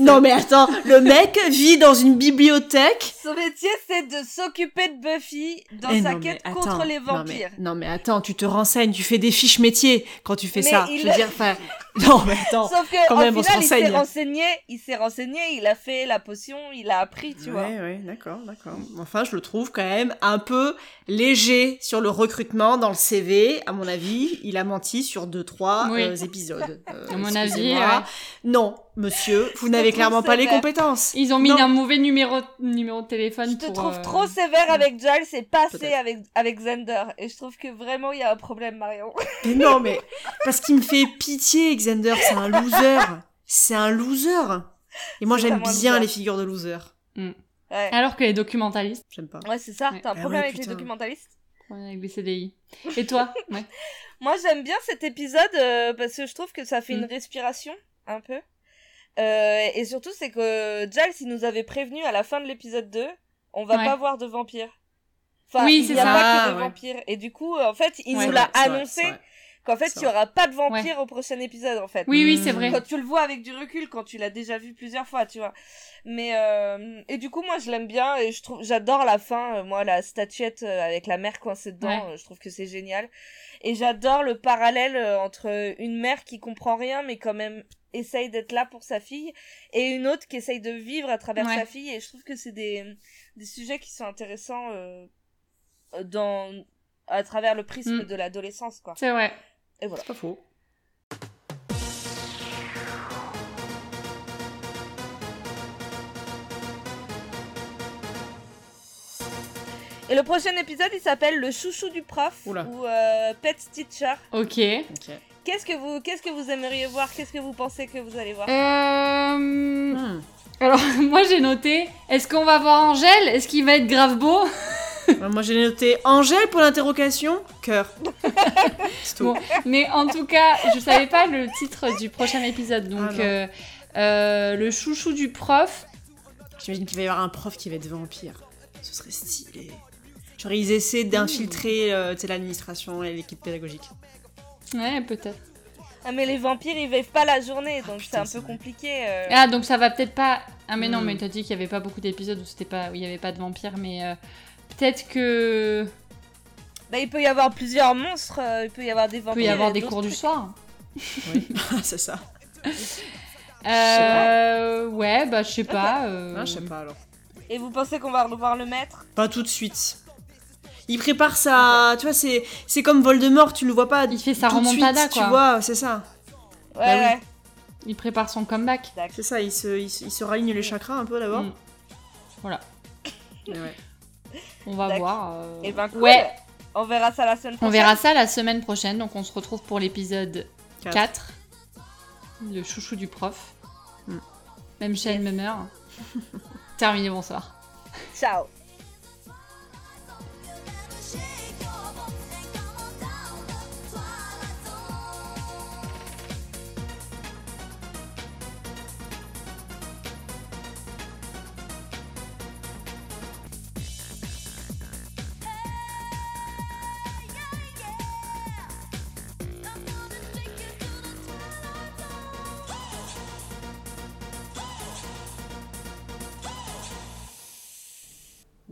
S2: [LAUGHS] Non mais attends, le mec vit dans une bibliothèque.
S4: Son métier, c'est de s'occuper de Buffy dans
S2: Eh
S4: sa
S2: non, mais
S4: quête
S2: attends,
S4: contre les
S2: non, mais-
S4: vampires.
S2: Non mais, attends, tu te renseignes, tu fais des fiches métiers quand tu fais
S4: Mais
S2: ça.
S4: il-
S2: Je veux dire, enfin, [LAUGHS] non mais attends.
S4: Sauf que
S2: quand
S4: au
S2: même, on se
S4: final, il s'est
S2: renseigne.
S4: renseigné, il s'est renseigné, il a fait la potion, il a appris, tu vois.
S2: Ouais, ouais, d'accord, d'accord. Enfin, je le trouve quand même un peu léger sur le recrutement dans le CV. À mon avis, il a menti sur deux, trois
S3: Oui.
S2: euh, épisodes. Euh,
S3: À mon avis,
S2: excusez-moi.
S3: ouais.
S2: Non, monsieur, vous n'avez
S4: trouve
S2: clairement pas les
S4: sévère.
S2: compétences.
S3: Ils ont mis
S2: Non.
S3: un mauvais numéro, numéro de téléphone
S4: Je te
S3: pour,
S4: trouve
S3: euh,
S4: trop sévère avec Giles et pas assez
S2: Peut-être.
S4: avec, avec Xander. Et je trouve que vraiment, il y a un problème, Marion. [LAUGHS]
S2: Mais non, mais parce qu'il me fait pitié, Xander, c'est un loser. C'est un loser. Et moi,
S4: C'est
S2: j'aime
S4: vraiment un
S2: bien
S4: loser.
S2: les figures de loser.
S4: Ouais,
S3: Alors que les documentalistes,
S2: J'aime pas.
S4: ouais c'est ça.
S3: Ouais.
S4: T'as un
S2: Ah
S4: problème
S2: ouais,
S4: avec les
S2: putain.
S4: documentalistes
S3: ouais, avec les CDI. Et
S4: [LAUGHS]
S3: toi Ouais.
S4: Moi, j'aime bien cet épisode euh, parce que je trouve que ça fait
S3: Mm.
S4: une respiration, un peu. Euh, et surtout, c'est que Giles, il nous avait prévenu à la fin de l'épisode 2, on va
S3: Ouais.
S4: pas voir de vampires. Enfin,
S3: Oui,
S4: il
S3: c'est
S4: n'y a
S3: ça.
S4: pas que
S2: Ah,
S4: de
S2: ouais.
S4: vampires. Et du coup, en fait, il
S3: Ouais.
S4: nous
S3: C'est
S4: l'a
S3: vrai,
S4: annoncé qu'en fait,
S2: C'est
S4: il y aura pas de
S3: Ouais.
S4: vampires au prochain épisode, en fait.
S3: Oui, oui, c'est vrai.
S4: Quand tu le vois avec du recul, quand tu l'as déjà vu plusieurs fois, tu vois. Mais euh, et du coup, moi, je l'aime bien et je trouve, j'adore la fin. euh, moi, la statuette euh, avec la mère coincée dedans, euh, je trouve que c'est génial. Et j'adore le parallèle euh, entre une mère qui comprend rien mais quand même essaye d'être là pour sa fille et une autre qui essaye de vivre à travers
S3: Ouais.
S4: sa fille. Et je trouve que c'est des des sujets qui sont intéressants euh, dans à travers le prisme
S3: Mm.
S4: de l'adolescence, quoi.
S3: C'est vrai.
S4: Et voilà.
S2: C'est pas faux.
S4: Et le prochain épisode, il s'appelle Le chouchou du prof
S2: Oula.
S4: ou euh, Pet Teacher.
S3: Ok. Euh,
S2: Ok.
S4: Qu'est-ce que vous qu'est-ce que vous aimeriez voir Qu'est-ce que vous pensez que vous allez voir
S3: Euh,
S2: Hmm.
S3: Alors, [LAUGHS] moi j'ai noté est-ce qu'on va voir Angèle Est-ce qu'il va être grave beau
S2: Ouais, Moi, j'ai noté Angèle pour l'interrogation,
S4: [LAUGHS]
S2: cœur. C'est tout.
S3: Bon, mais en tout cas, je savais pas le titre du prochain épisode, donc
S2: Ah, non.
S3: euh, euh, le chouchou du prof.
S2: J'imagine qu'il va y avoir un prof qui va être vampire. Ce serait stylé. Genre, ils essaient d'infiltrer euh, tu sais, l'administration et l'équipe pédagogique. [LAUGHS]
S3: Ouais, peut-être.
S4: Ah mais les vampires, ils vivent pas la journée, donc c'est
S2: Ah, putain,
S4: un
S2: c'est
S4: peu
S2: vrai.
S4: compliqué. euh.
S3: Ah, donc ça va peut-être pas. Ah, mais non,
S2: Hmm.
S3: mais t'as dit qu'il y avait pas beaucoup d'épisodes où c'était pas, où il y avait pas de vampires, mais euh, peut-être que
S4: Bah, il peut y avoir plusieurs monstres, euh, il peut y avoir des
S3: il
S4: vampires.
S3: peut y avoir
S4: et
S3: des
S4: d'autres
S3: cours du
S4: trucs.
S3: soir.
S2: c'est ça.
S3: Euh, ouais, bah je sais pas. euh,
S2: Ah, je sais
S4: Hmm.
S2: pas alors.
S4: Et vous pensez qu'on va revoir le maître
S2: Pas tout de suite. Il prépare sa. Tu vois, c'est, c'est comme Voldemort, tu le vois pas.
S3: Il fait sa
S2: tout de suite,
S3: remontada, quoi.
S2: Tu vois, c'est ça.
S4: Ouais,
S3: Bah oui.
S4: ouais.
S3: Il prépare son comeback.
S2: C'est ça, il se, il, se- il se raligne les chakras un peu d'abord.
S3: Mm. Voilà,
S2: Mais ouais.
S3: on va
S4: D'accord.
S3: voir. euh,
S4: Et ben cool.
S3: ouais,
S4: On verra ça la semaine
S3: on
S4: prochaine.
S3: verra ça la semaine prochaine. Donc on se retrouve pour l'épisode
S2: Quatre.
S3: 4, le chouchou du prof.
S2: Mm.
S3: Même chaîne, même heure. Terminé, bonsoir.
S4: Ciao.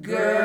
S5: Girl.